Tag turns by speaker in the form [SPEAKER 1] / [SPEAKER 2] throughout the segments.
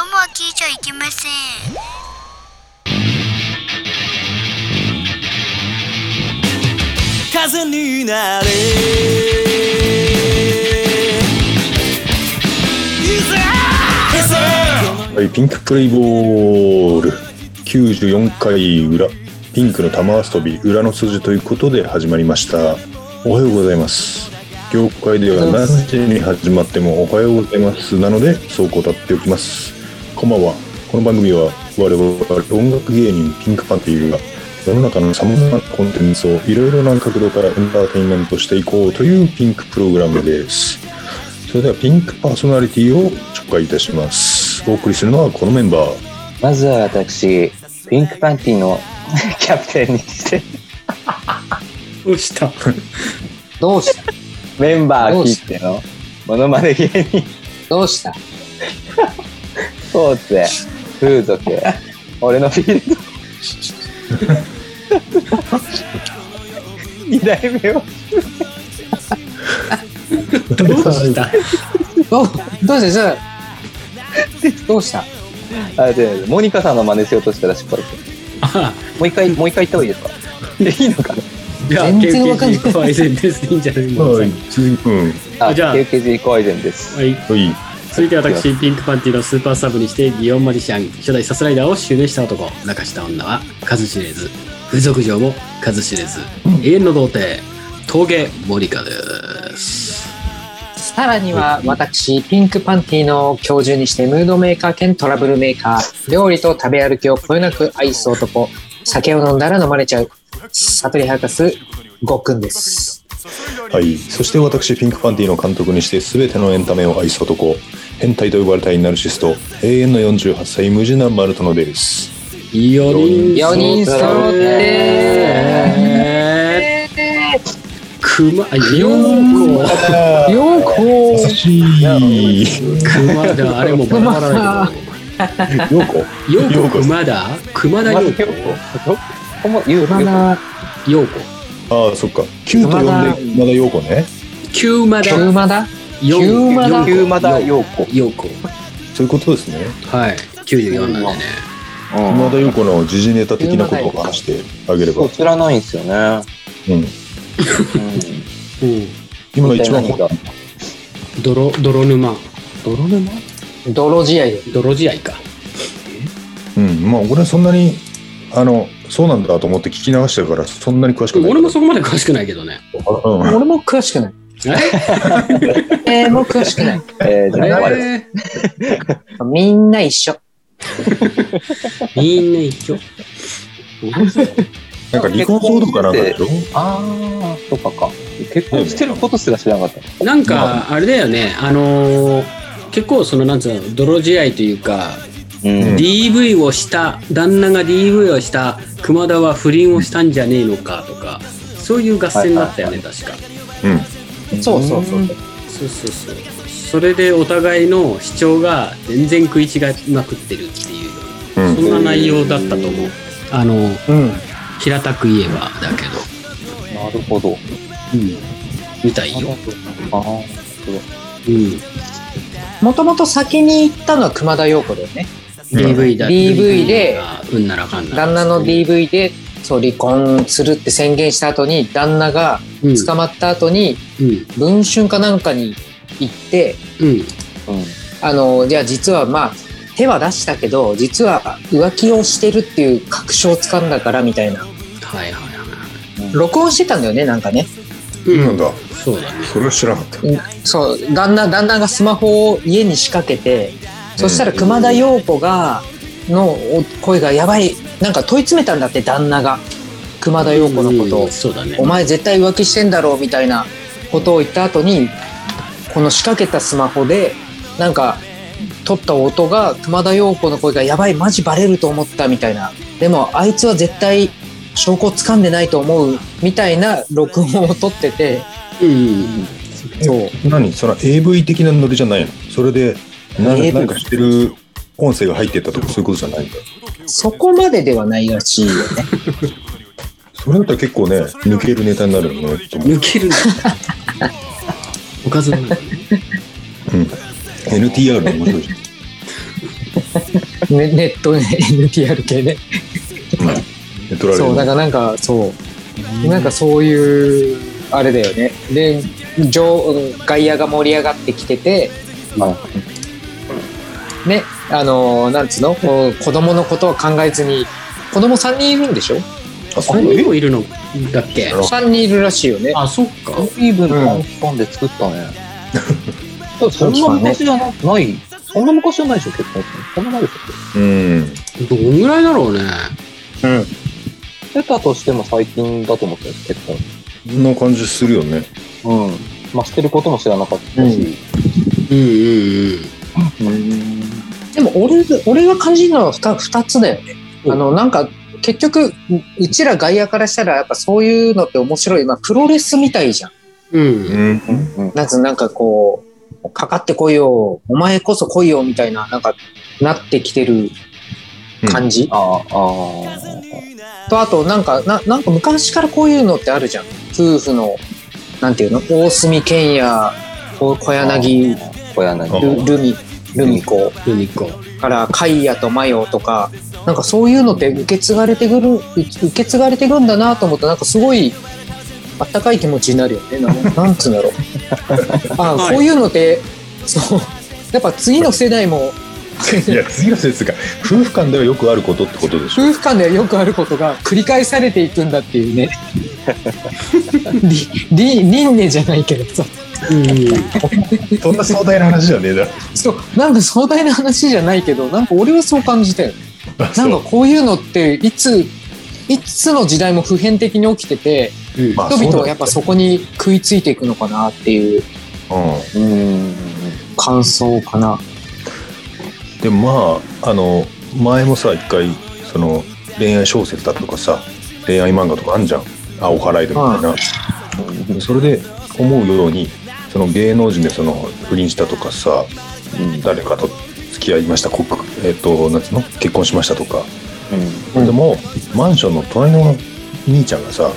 [SPEAKER 1] ゃいけません
[SPEAKER 2] 風になれ
[SPEAKER 3] はい、ピンクプレイボール94回裏ピンクの玉遊び裏の筋ということで始まりましたおはようございます業界では何時に始まってもおはようございますなのでそうこたっておきますこんばんはこの番組は我々音楽芸人ピンクパンティーが世の中のさまざまなコンテンツをいろいろな角度からエンターテインメントしていこうというピンクプログラムですそれではピンクパーソナリティを紹介いたします。お送りするのはこのメンバー。
[SPEAKER 4] まずは私、ピンクパンティのキャプテンにして、
[SPEAKER 5] どうした
[SPEAKER 6] どうした
[SPEAKER 4] メンバー切っての、モノマネ芸人、
[SPEAKER 6] どうした
[SPEAKER 4] スポーツ、風俗、俺のフィールド。二代目を
[SPEAKER 5] どうした
[SPEAKER 6] どうどうしたどうした
[SPEAKER 4] あ、違う違う、モニカさんの真似しようとしたら失敗した。
[SPEAKER 5] あ
[SPEAKER 4] もう一回、もう一回言った方がいいですかいいのか
[SPEAKER 5] いや、
[SPEAKER 6] 全然わかんない
[SPEAKER 5] KKG 改善です。いいんじゃないですか。
[SPEAKER 3] は
[SPEAKER 5] はいい。、
[SPEAKER 3] 鈴木くん。
[SPEAKER 4] なあ、
[SPEAKER 5] じゃあ
[SPEAKER 4] KKG コイゼンです。
[SPEAKER 3] はい。
[SPEAKER 5] 続いて私、ピンクパンティのスーパーサブにして、祇園マジシャン、初代サスライダーを襲名した男、泣かした女は、数知れず、風俗嬢も数知れず、永遠の童貞、峠森香です。
[SPEAKER 6] さらには私、ピンクパンティの教授にしてムードメーカー兼トラブルメーカー、料理と食べ歩きをこよなく愛す男、酒を飲んだら飲まれちゃう、悟り博士、ごっくんです。
[SPEAKER 3] はい。そして私、ピンクパンティの監督にして全てのエンタメを愛す男、変態と呼ばれたいナルシスト、永遠の48歳、無地なマルトノです。
[SPEAKER 5] 4人
[SPEAKER 6] 4人揃って、
[SPEAKER 5] 熊、あ、4個
[SPEAKER 6] ようこ
[SPEAKER 3] 優しい。
[SPEAKER 5] 熊だ、あれもバラバラだけど。
[SPEAKER 3] ようこ。
[SPEAKER 5] ヨ
[SPEAKER 3] よう
[SPEAKER 5] ー
[SPEAKER 3] こ
[SPEAKER 5] コ熊田熊田
[SPEAKER 4] まず
[SPEAKER 5] ヨ
[SPEAKER 4] よ
[SPEAKER 5] ー
[SPEAKER 4] ここも言う
[SPEAKER 6] う、ま
[SPEAKER 4] よ
[SPEAKER 6] だ、
[SPEAKER 5] コヨーコ
[SPEAKER 3] ああ、そっか。キュと呼んで、まだようこね。
[SPEAKER 5] キューマダ
[SPEAKER 6] 9まだ
[SPEAKER 5] ヨ
[SPEAKER 6] キュ
[SPEAKER 5] ー
[SPEAKER 6] ーマダ
[SPEAKER 4] こ。
[SPEAKER 5] ヨ
[SPEAKER 4] ゆう
[SPEAKER 5] ーコ
[SPEAKER 4] まだようこ。
[SPEAKER 5] ヨーコ
[SPEAKER 3] そういうことですね。
[SPEAKER 5] はい94なんでね
[SPEAKER 3] まだようこの時事ネタ的なことを話してあげれば
[SPEAKER 4] そう、。知らないんですよね。
[SPEAKER 3] うん。
[SPEAKER 4] うん
[SPEAKER 5] う
[SPEAKER 3] 今一番
[SPEAKER 4] 何が
[SPEAKER 5] ん泥泥沼泥沼
[SPEAKER 6] 泥試合で。
[SPEAKER 5] 泥試合か
[SPEAKER 3] うん、まあ俺はそんなにあのそうなんだと思って聞き流してるからそんなに詳しくない
[SPEAKER 5] 俺もそこまで詳しくないけどね
[SPEAKER 3] うん、
[SPEAKER 6] 俺も詳しくない。えー、もう詳しくない。
[SPEAKER 4] えー、じゃあ、我々
[SPEAKER 5] え
[SPEAKER 6] みんな一緒。
[SPEAKER 5] ーみんな一緒
[SPEAKER 3] なんか離婚騒動かなんかでしょ
[SPEAKER 4] ああ、とかか。結婚してることすら知らなかった。
[SPEAKER 5] なんかあれだよねあのー結構そのなんつうの泥試合というか
[SPEAKER 4] うん
[SPEAKER 5] DV をした旦那が DV をした熊田は不倫をしたんじゃねえのかとかそういう合戦だったよね確か
[SPEAKER 3] うん
[SPEAKER 6] そうそうそう。
[SPEAKER 5] そうそうそうそれでお互いの主張が全然食い違いまくってるっていう
[SPEAKER 3] うん
[SPEAKER 5] そんな内容だったと思うあの
[SPEAKER 6] うん。
[SPEAKER 5] 平たく言えばだけど、
[SPEAKER 4] なるほど。
[SPEAKER 5] うん、みたいよ、
[SPEAKER 4] ああ、
[SPEAKER 5] うん、
[SPEAKER 6] もともと先に行ったのは熊田陽子だよね。
[SPEAKER 5] DV だ
[SPEAKER 6] DV で
[SPEAKER 5] がうんならかんなら
[SPEAKER 6] 旦那の DV で、そう、離婚するって宣言した後に、旦那が
[SPEAKER 5] うん
[SPEAKER 6] 捕まった後に、
[SPEAKER 5] うん
[SPEAKER 6] 文春かなんかに行って、
[SPEAKER 5] うん
[SPEAKER 4] うん。
[SPEAKER 6] あの、じゃあ実はまあ、手は出したけど、実は浮気をしてるっていう確証をつかんだからみたいな。
[SPEAKER 5] はいはいは
[SPEAKER 6] 録音してたんだよね、なんかね。
[SPEAKER 5] い
[SPEAKER 3] うんなんだ
[SPEAKER 5] そうだね
[SPEAKER 3] それは知らなかった
[SPEAKER 6] そう、旦那、旦那がスマホを家に仕掛けて、そしたら熊田陽子が、のお声がやばい、なんか問い詰めたんだって、旦那が。熊田陽子のこと
[SPEAKER 5] う
[SPEAKER 6] を
[SPEAKER 5] ん。そうだね
[SPEAKER 6] お前絶対浮気してんだろうみたいなことを言った後にこの仕掛けたスマホでなんか撮った音が熊田陽子の声が「やばいマジバレると思った」みたいなでもあいつは絶対証拠つかんでないと思うみたいな録音を撮ってて
[SPEAKER 5] うんうん
[SPEAKER 6] そう
[SPEAKER 3] 何その AV 的なノリじゃないのそれでな
[SPEAKER 6] AV
[SPEAKER 3] なんかしてる音声が入ってったとかそういうことじゃないんだ
[SPEAKER 6] そこまでではないらしいよね
[SPEAKER 3] それだったら結構ね抜けるネタになるのねと思う
[SPEAKER 5] 抜け るなおかずの中に
[SPEAKER 3] NTR の面白いじゃん
[SPEAKER 6] ね、ネットね NTR 系ね
[SPEAKER 3] で取ら
[SPEAKER 6] そ
[SPEAKER 3] れ
[SPEAKER 6] うだ
[SPEAKER 3] る
[SPEAKER 6] からなんかそうなんかそういうあれだよねで上外野が盛り上がってきてて
[SPEAKER 4] まあ、
[SPEAKER 6] ねあのなんつうのこう子供のことは考えずに子供3人いるんでしょ
[SPEAKER 3] あそう
[SPEAKER 5] 何人もいるのだっけ
[SPEAKER 3] あら
[SPEAKER 6] ?3 人いるらしいよね
[SPEAKER 5] あそっか
[SPEAKER 4] イーブンの日本で作ったね。そんな昔じゃなない、そんな昔じゃないでしょ、結婚って。そんな前でし
[SPEAKER 3] うん
[SPEAKER 5] どんぐらいだろうね
[SPEAKER 4] ょ。出たとしても最近だと思ったよ、結婚。
[SPEAKER 3] そんな感じするよね
[SPEAKER 4] うん。まあ、してることも知らなかったし。
[SPEAKER 5] うんうんうん
[SPEAKER 4] うん。
[SPEAKER 6] でも俺が俺が感じるのは 2, 二つだよね。
[SPEAKER 4] うん
[SPEAKER 6] あのなんか結局ううちら外野からしたらやっぱそういうのって面白い、まあ、プロレスみたいじゃん。
[SPEAKER 5] うん
[SPEAKER 3] うん
[SPEAKER 4] うん。
[SPEAKER 6] なんつうのなんかこうかかってこいよお前こそ来いよみたいななんかなってきてる感じ、
[SPEAKER 4] ああ、ああ。
[SPEAKER 6] とあとなんかななんか昔からこういうのってあるじゃん夫婦のなんていうの大隅健也小小柳ル
[SPEAKER 4] 小柳。
[SPEAKER 3] あー
[SPEAKER 6] ルミルミ子
[SPEAKER 5] ユニコ
[SPEAKER 6] からカイヤとマヨとかなんかそういうのって受け継がれてくるう受け継がれてくんだなと思ってなんかすごいあったかい気持ちになるよねななん つうん だろうあ、
[SPEAKER 5] はい
[SPEAKER 6] こういうのってそうやっぱ次の世代も
[SPEAKER 3] いや次の説が夫婦間ではよくあることってことでしょ
[SPEAKER 6] 夫婦間ではよくあることが繰り返されていくんだってい うねりり輪廻じゃないけどさ
[SPEAKER 5] うん
[SPEAKER 3] そんな壮大な話じゃねえ だろ
[SPEAKER 6] そうなんか壮大な話じゃないけどなんか俺はそう感じたよね
[SPEAKER 3] あ
[SPEAKER 6] なん
[SPEAKER 3] そ
[SPEAKER 6] か
[SPEAKER 3] う
[SPEAKER 6] こういうのっていついつの時代も普遍的に起きてて
[SPEAKER 5] うん
[SPEAKER 3] まあ
[SPEAKER 6] 人々は
[SPEAKER 3] そうだね
[SPEAKER 6] やっぱそこに食いついていくのかなっていう
[SPEAKER 3] う
[SPEAKER 4] うん。
[SPEAKER 6] 感想かな。
[SPEAKER 3] んでもまああの前もさ一回その恋愛小説だとかさ恋愛漫画とかあんじゃんあお払いでみたいな、それで思うようにその芸能人でその不倫したとかさ
[SPEAKER 4] うん。
[SPEAKER 3] 誰かと付き合いました告えっ、となんつうの結婚しましたとか
[SPEAKER 4] う
[SPEAKER 6] うん
[SPEAKER 3] でもマンションの隣の兄ちゃんがさ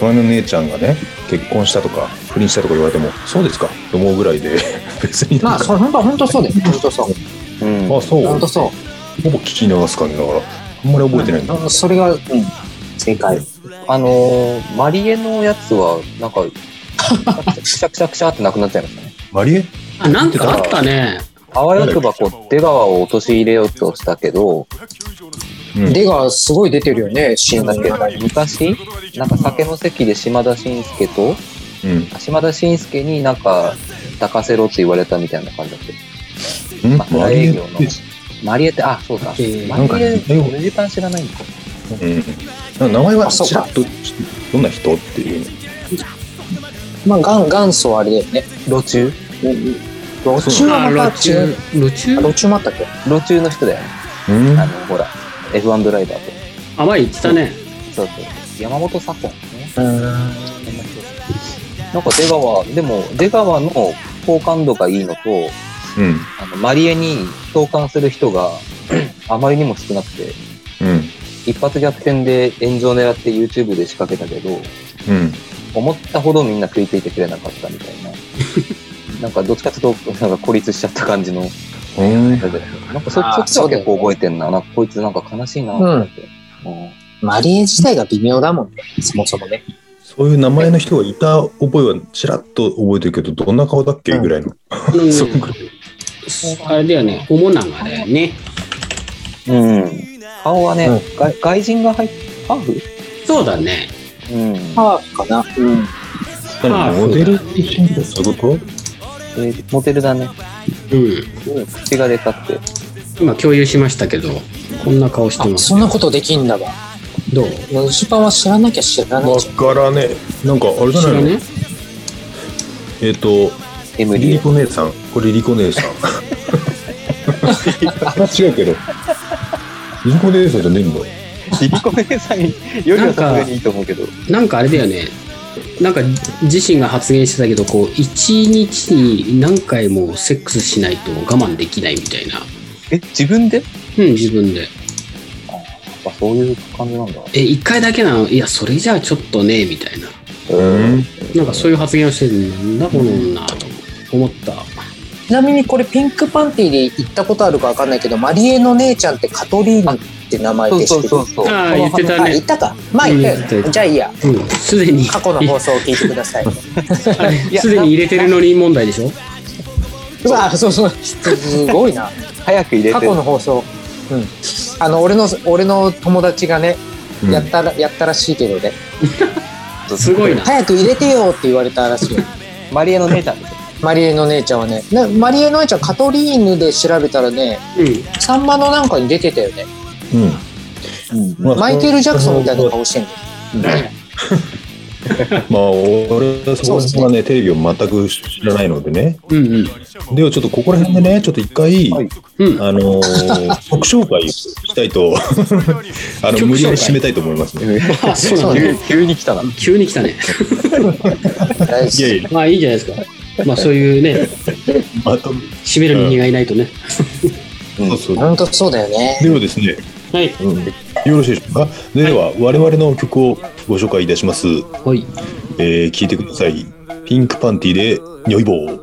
[SPEAKER 3] 隣の姉ちゃんがね結婚したとか不倫したとか言われてもそうですかって思うぐらいで 別に
[SPEAKER 6] ま
[SPEAKER 3] な
[SPEAKER 6] あ
[SPEAKER 3] ん
[SPEAKER 6] そ
[SPEAKER 3] か
[SPEAKER 6] れ本当本当そうだよ。本当そう。
[SPEAKER 4] ん。
[SPEAKER 3] あそう
[SPEAKER 6] 本
[SPEAKER 3] ほ
[SPEAKER 6] 当そ
[SPEAKER 3] ぼ聞き流す感じだからあんまり覚えてないんだ
[SPEAKER 6] う。それが、うん、正解。
[SPEAKER 4] あのー、マリエのやつは、なんか、くしゃくしゃくしゃってなくなっちゃいましたね。
[SPEAKER 3] マリエ
[SPEAKER 5] あなんかあったね
[SPEAKER 4] あわよくばこう、出川を陥れようとしたけど、
[SPEAKER 3] うん
[SPEAKER 6] 出がすごい出てるよね、新
[SPEAKER 4] なんだ
[SPEAKER 6] 聞
[SPEAKER 4] っ
[SPEAKER 6] で。
[SPEAKER 4] け、昔、なんか酒の席で島田紳介と、
[SPEAKER 3] うん
[SPEAKER 4] 島田紳介になんか、抱かせろって言われたみたいな感じだって。
[SPEAKER 3] うん
[SPEAKER 4] まあ
[SPEAKER 3] マリエって
[SPEAKER 4] 大営業マリエって、あ、そうだ。マ
[SPEAKER 5] えー
[SPEAKER 4] リエ、
[SPEAKER 3] なんか
[SPEAKER 4] 4時間知らないんか。
[SPEAKER 3] うんなんか名前は
[SPEAKER 6] あそう
[SPEAKER 3] ち
[SPEAKER 6] か
[SPEAKER 3] らっとどんな人っていう
[SPEAKER 6] まあ元元祖はあれだよね。
[SPEAKER 4] 路中
[SPEAKER 6] 路中はまた違う。
[SPEAKER 5] 路中
[SPEAKER 6] あ路中もあったっけ
[SPEAKER 4] 路中の人だよね。
[SPEAKER 3] うん
[SPEAKER 4] あの、ほら、F1 ドライバーと。
[SPEAKER 5] あ前言ってたね
[SPEAKER 4] そうそう。山本左近ね。
[SPEAKER 6] うん。
[SPEAKER 4] なんか出川、でも出川の好感度がいいのと、
[SPEAKER 3] うん
[SPEAKER 4] あのマリエに共感する人が あまりにも少なくて、
[SPEAKER 3] うん
[SPEAKER 4] 一発逆転で炎上狙って YouTube で仕掛けたけ
[SPEAKER 3] う
[SPEAKER 4] ど、
[SPEAKER 3] ん
[SPEAKER 4] 思ったほどみんな食いついてくれなかったみたい な。なんかどっちかというと、なんか孤立しちゃった感じ の。
[SPEAKER 3] うん
[SPEAKER 4] なんかそ
[SPEAKER 6] あー
[SPEAKER 4] そっち
[SPEAKER 6] そう
[SPEAKER 4] は
[SPEAKER 6] だよね
[SPEAKER 4] 結構覚えてんな。なんかこいつなんか悲しいなと思って。うん
[SPEAKER 6] マリエ自体が微妙だもんね、そもそもね。
[SPEAKER 3] そういう名前の人がいた覚えはちらっと覚えてるけどどんな顔だっけぐらいの
[SPEAKER 5] あのあれだよね主ながだよね
[SPEAKER 4] うん。顔はね、
[SPEAKER 6] う
[SPEAKER 4] 外外人が入っハーフ
[SPEAKER 5] そうだね
[SPEAKER 4] うん。
[SPEAKER 6] ハーフかな。うん。
[SPEAKER 5] ハーフ
[SPEAKER 3] モデル的にそういうこと
[SPEAKER 4] えーモデルだね。
[SPEAKER 5] うん
[SPEAKER 4] 口がでかって。
[SPEAKER 5] 今共有しましたけどこんな顔して
[SPEAKER 6] あ、
[SPEAKER 5] ます
[SPEAKER 6] そんなことできんだわ。
[SPEAKER 5] どう
[SPEAKER 6] ロジパンは知らなきゃ知らない
[SPEAKER 3] わ
[SPEAKER 6] じゃん。
[SPEAKER 3] からねえなんかあれじゃ
[SPEAKER 5] 知
[SPEAKER 3] な
[SPEAKER 5] ら
[SPEAKER 3] いの
[SPEAKER 5] ね
[SPEAKER 3] えっ、と
[SPEAKER 4] エム
[SPEAKER 3] リ
[SPEAKER 4] リ
[SPEAKER 3] リ
[SPEAKER 4] エ。
[SPEAKER 3] コ姉さんこれリリコ姉さ ん違うけどリリコ姉さんじゃねえんだ
[SPEAKER 4] リリコ姉さんよりはさすがにいいと思うけど。
[SPEAKER 5] なんかあれだよねなんか自身が発言してたけどこう一日に何回もセックスしないと我慢できないみたいな
[SPEAKER 4] え、自分で
[SPEAKER 5] うん自分で
[SPEAKER 4] あ、そういう感じなんだ。
[SPEAKER 5] え一回だけなのいやそれじゃあちょっとねみたいな
[SPEAKER 3] うん
[SPEAKER 5] なんかそういう発言をしてるなんだこの女と思った
[SPEAKER 6] ちなみにこれピンクパンティーで行ったことあるかわかんないけど、マリエの姉ちゃんってカトリーヌって名前
[SPEAKER 4] そ
[SPEAKER 6] で
[SPEAKER 4] う
[SPEAKER 6] し
[SPEAKER 4] そ
[SPEAKER 6] て
[SPEAKER 4] う
[SPEAKER 6] る。
[SPEAKER 4] そうそう。
[SPEAKER 5] ああ、言ってた
[SPEAKER 6] あ、
[SPEAKER 5] ね
[SPEAKER 6] 行っ。たか。まあ行ったよ
[SPEAKER 5] う
[SPEAKER 6] ね。
[SPEAKER 5] ん
[SPEAKER 6] じゃあいいや。
[SPEAKER 5] うん、すでに。
[SPEAKER 6] 過去の放送を聞いてください。
[SPEAKER 5] あれ すでに入れてるのに問題でしょ
[SPEAKER 6] うわ、そうそう。すごいな。
[SPEAKER 4] 早く入れて。
[SPEAKER 6] 過去の放送。うん。あの、俺の、俺の友達がね、
[SPEAKER 3] うん
[SPEAKER 6] やったら、やったらしいけどね。
[SPEAKER 5] すごいな。
[SPEAKER 6] 早く入れてよって言われたらしいよ。
[SPEAKER 4] マリエの姉ちゃんですよ。
[SPEAKER 6] マリエの姉ちゃんはね。なマリエの姉ちゃん、カトリーヌで調べたらね、
[SPEAKER 5] うん。
[SPEAKER 6] サンマのなんかに出てたよね。
[SPEAKER 3] うんまあ
[SPEAKER 6] マイケル・ジャクソンみたいな顔してんの。
[SPEAKER 3] まあ、俺はそこはね、テレビを全く知らないのでね。
[SPEAKER 5] うんうん。
[SPEAKER 3] では、ちょっとここら辺でね、ちょっと一回、
[SPEAKER 4] はい
[SPEAKER 5] うん。
[SPEAKER 3] あのー曲紹介したい と、あの、無理やり締めたいと思いますね。
[SPEAKER 5] あ、そう なんだ。
[SPEAKER 4] 急急に来たな。
[SPEAKER 5] 急に来たね。
[SPEAKER 6] 大
[SPEAKER 3] い
[SPEAKER 6] 事
[SPEAKER 3] やいや、
[SPEAKER 5] まあいいじゃないですか。まあそういうね、
[SPEAKER 3] また、
[SPEAKER 5] 締める人間がいないとね。
[SPEAKER 3] そうそう。
[SPEAKER 6] 本当そうだよね。
[SPEAKER 3] ではですね、
[SPEAKER 5] はい。
[SPEAKER 3] うん、よろしいでしょうか。では、我々の曲をご紹介いたします。
[SPEAKER 5] はい。
[SPEAKER 3] えー、聞いてください。ピンクパンティで、よいぼう。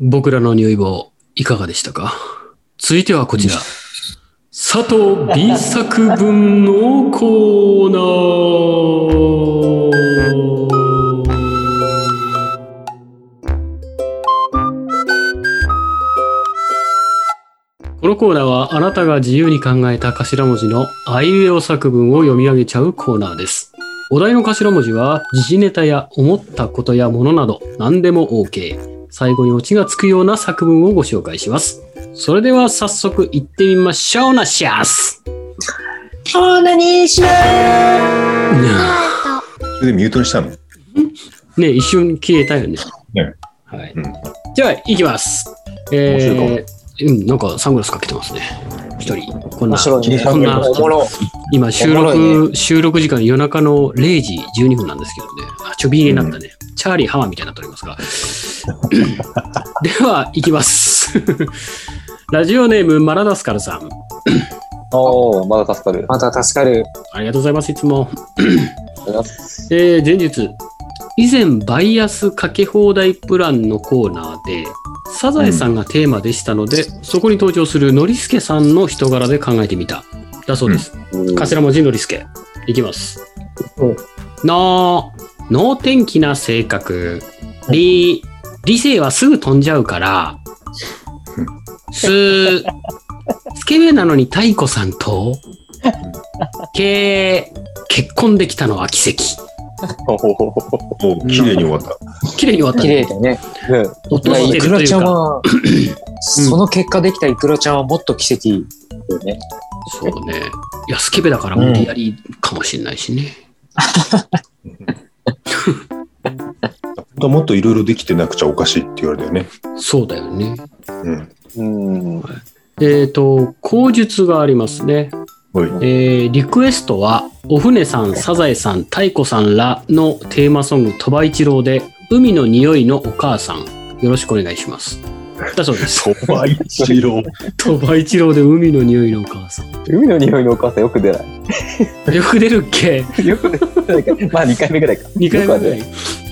[SPEAKER 5] 僕らの匂い棒、いかがでしたか続いてはこちら。佐藤 B 作文のコーナー。このコーナーはあなたが自由に考えた頭文字のあいうえお作文を読み上げちゃうコーナーです。お題の頭文字は時事ネタや思ったことやものなど何でも OK。最後にオチがつくような作文をご紹介します。それでは早速行ってみましょうなシャース
[SPEAKER 6] オナニーし
[SPEAKER 3] それでミュートにしたの。
[SPEAKER 5] ね一瞬消えたよね。
[SPEAKER 3] ね
[SPEAKER 5] はい
[SPEAKER 3] うん
[SPEAKER 5] じゃあ行きます。
[SPEAKER 3] 面白いかも
[SPEAKER 5] えーうん、なんかサングラスかけてますね。一人。こんな
[SPEAKER 6] 面、白いね。
[SPEAKER 5] こんな
[SPEAKER 6] おもろ。
[SPEAKER 5] 今収
[SPEAKER 6] おもろ
[SPEAKER 5] 録、収録時間夜中の0時12分なんですけどね。あ、ちょび入れになったね。チャーリー浜みたいになっておりますが。 では、行きます。 ラジオネーム、マラダスカルさん。
[SPEAKER 4] おお、まだ助かる。
[SPEAKER 6] また助かる。
[SPEAKER 5] ありがとうございます、いつも。
[SPEAKER 4] ありがとうございます
[SPEAKER 5] えー前日、以前バイアスかけ放題プランのコーナーで、サザエさんがテーマでしたので、そこに登場するノリスケさんの人柄で考えてみた。だそうです。頭文字ノリスケ。いきます。の、能天気な性格。り、理性はすぐ飛んじゃうから。す、スケベなのに太子さん と、け、結婚できたのは奇跡。
[SPEAKER 4] おー
[SPEAKER 3] お綺麗に終わ った。
[SPEAKER 5] 綺麗に終わった
[SPEAKER 6] 綺麗
[SPEAKER 5] ね。
[SPEAKER 6] だね。
[SPEAKER 4] ね
[SPEAKER 5] 落と
[SPEAKER 6] いや
[SPEAKER 5] してる
[SPEAKER 6] イク
[SPEAKER 5] と
[SPEAKER 6] ラ
[SPEAKER 5] いう
[SPEAKER 6] ちゃん
[SPEAKER 5] か。
[SPEAKER 6] は、その結果できたイクラちゃんはもっと奇跡だよね。
[SPEAKER 5] そうね。いや、スケベだから無理やりかもしれないしね。
[SPEAKER 3] 本当はもっといろいろできてなくちゃおかしいって言われたよね。
[SPEAKER 5] そうだよね。
[SPEAKER 3] うん。
[SPEAKER 4] うん。は
[SPEAKER 5] えっ、と、口述がありますね。
[SPEAKER 3] おい。
[SPEAKER 5] えーリクエストは、お船さん、サザエさん、太鼓さんらのテーマソング、鳥羽一郎で、海の匂いのお母さん、よろしくお願いします。だそうです。
[SPEAKER 3] そば一郎。
[SPEAKER 5] 鳥羽一郎で海の匂いのお母 さん。
[SPEAKER 4] 海の匂いのお母さんよく出ない。
[SPEAKER 5] よく出るっけ
[SPEAKER 4] よく出ない。 まあ2回目ぐらいか。
[SPEAKER 5] ?2 回目ぐらい
[SPEAKER 4] よ。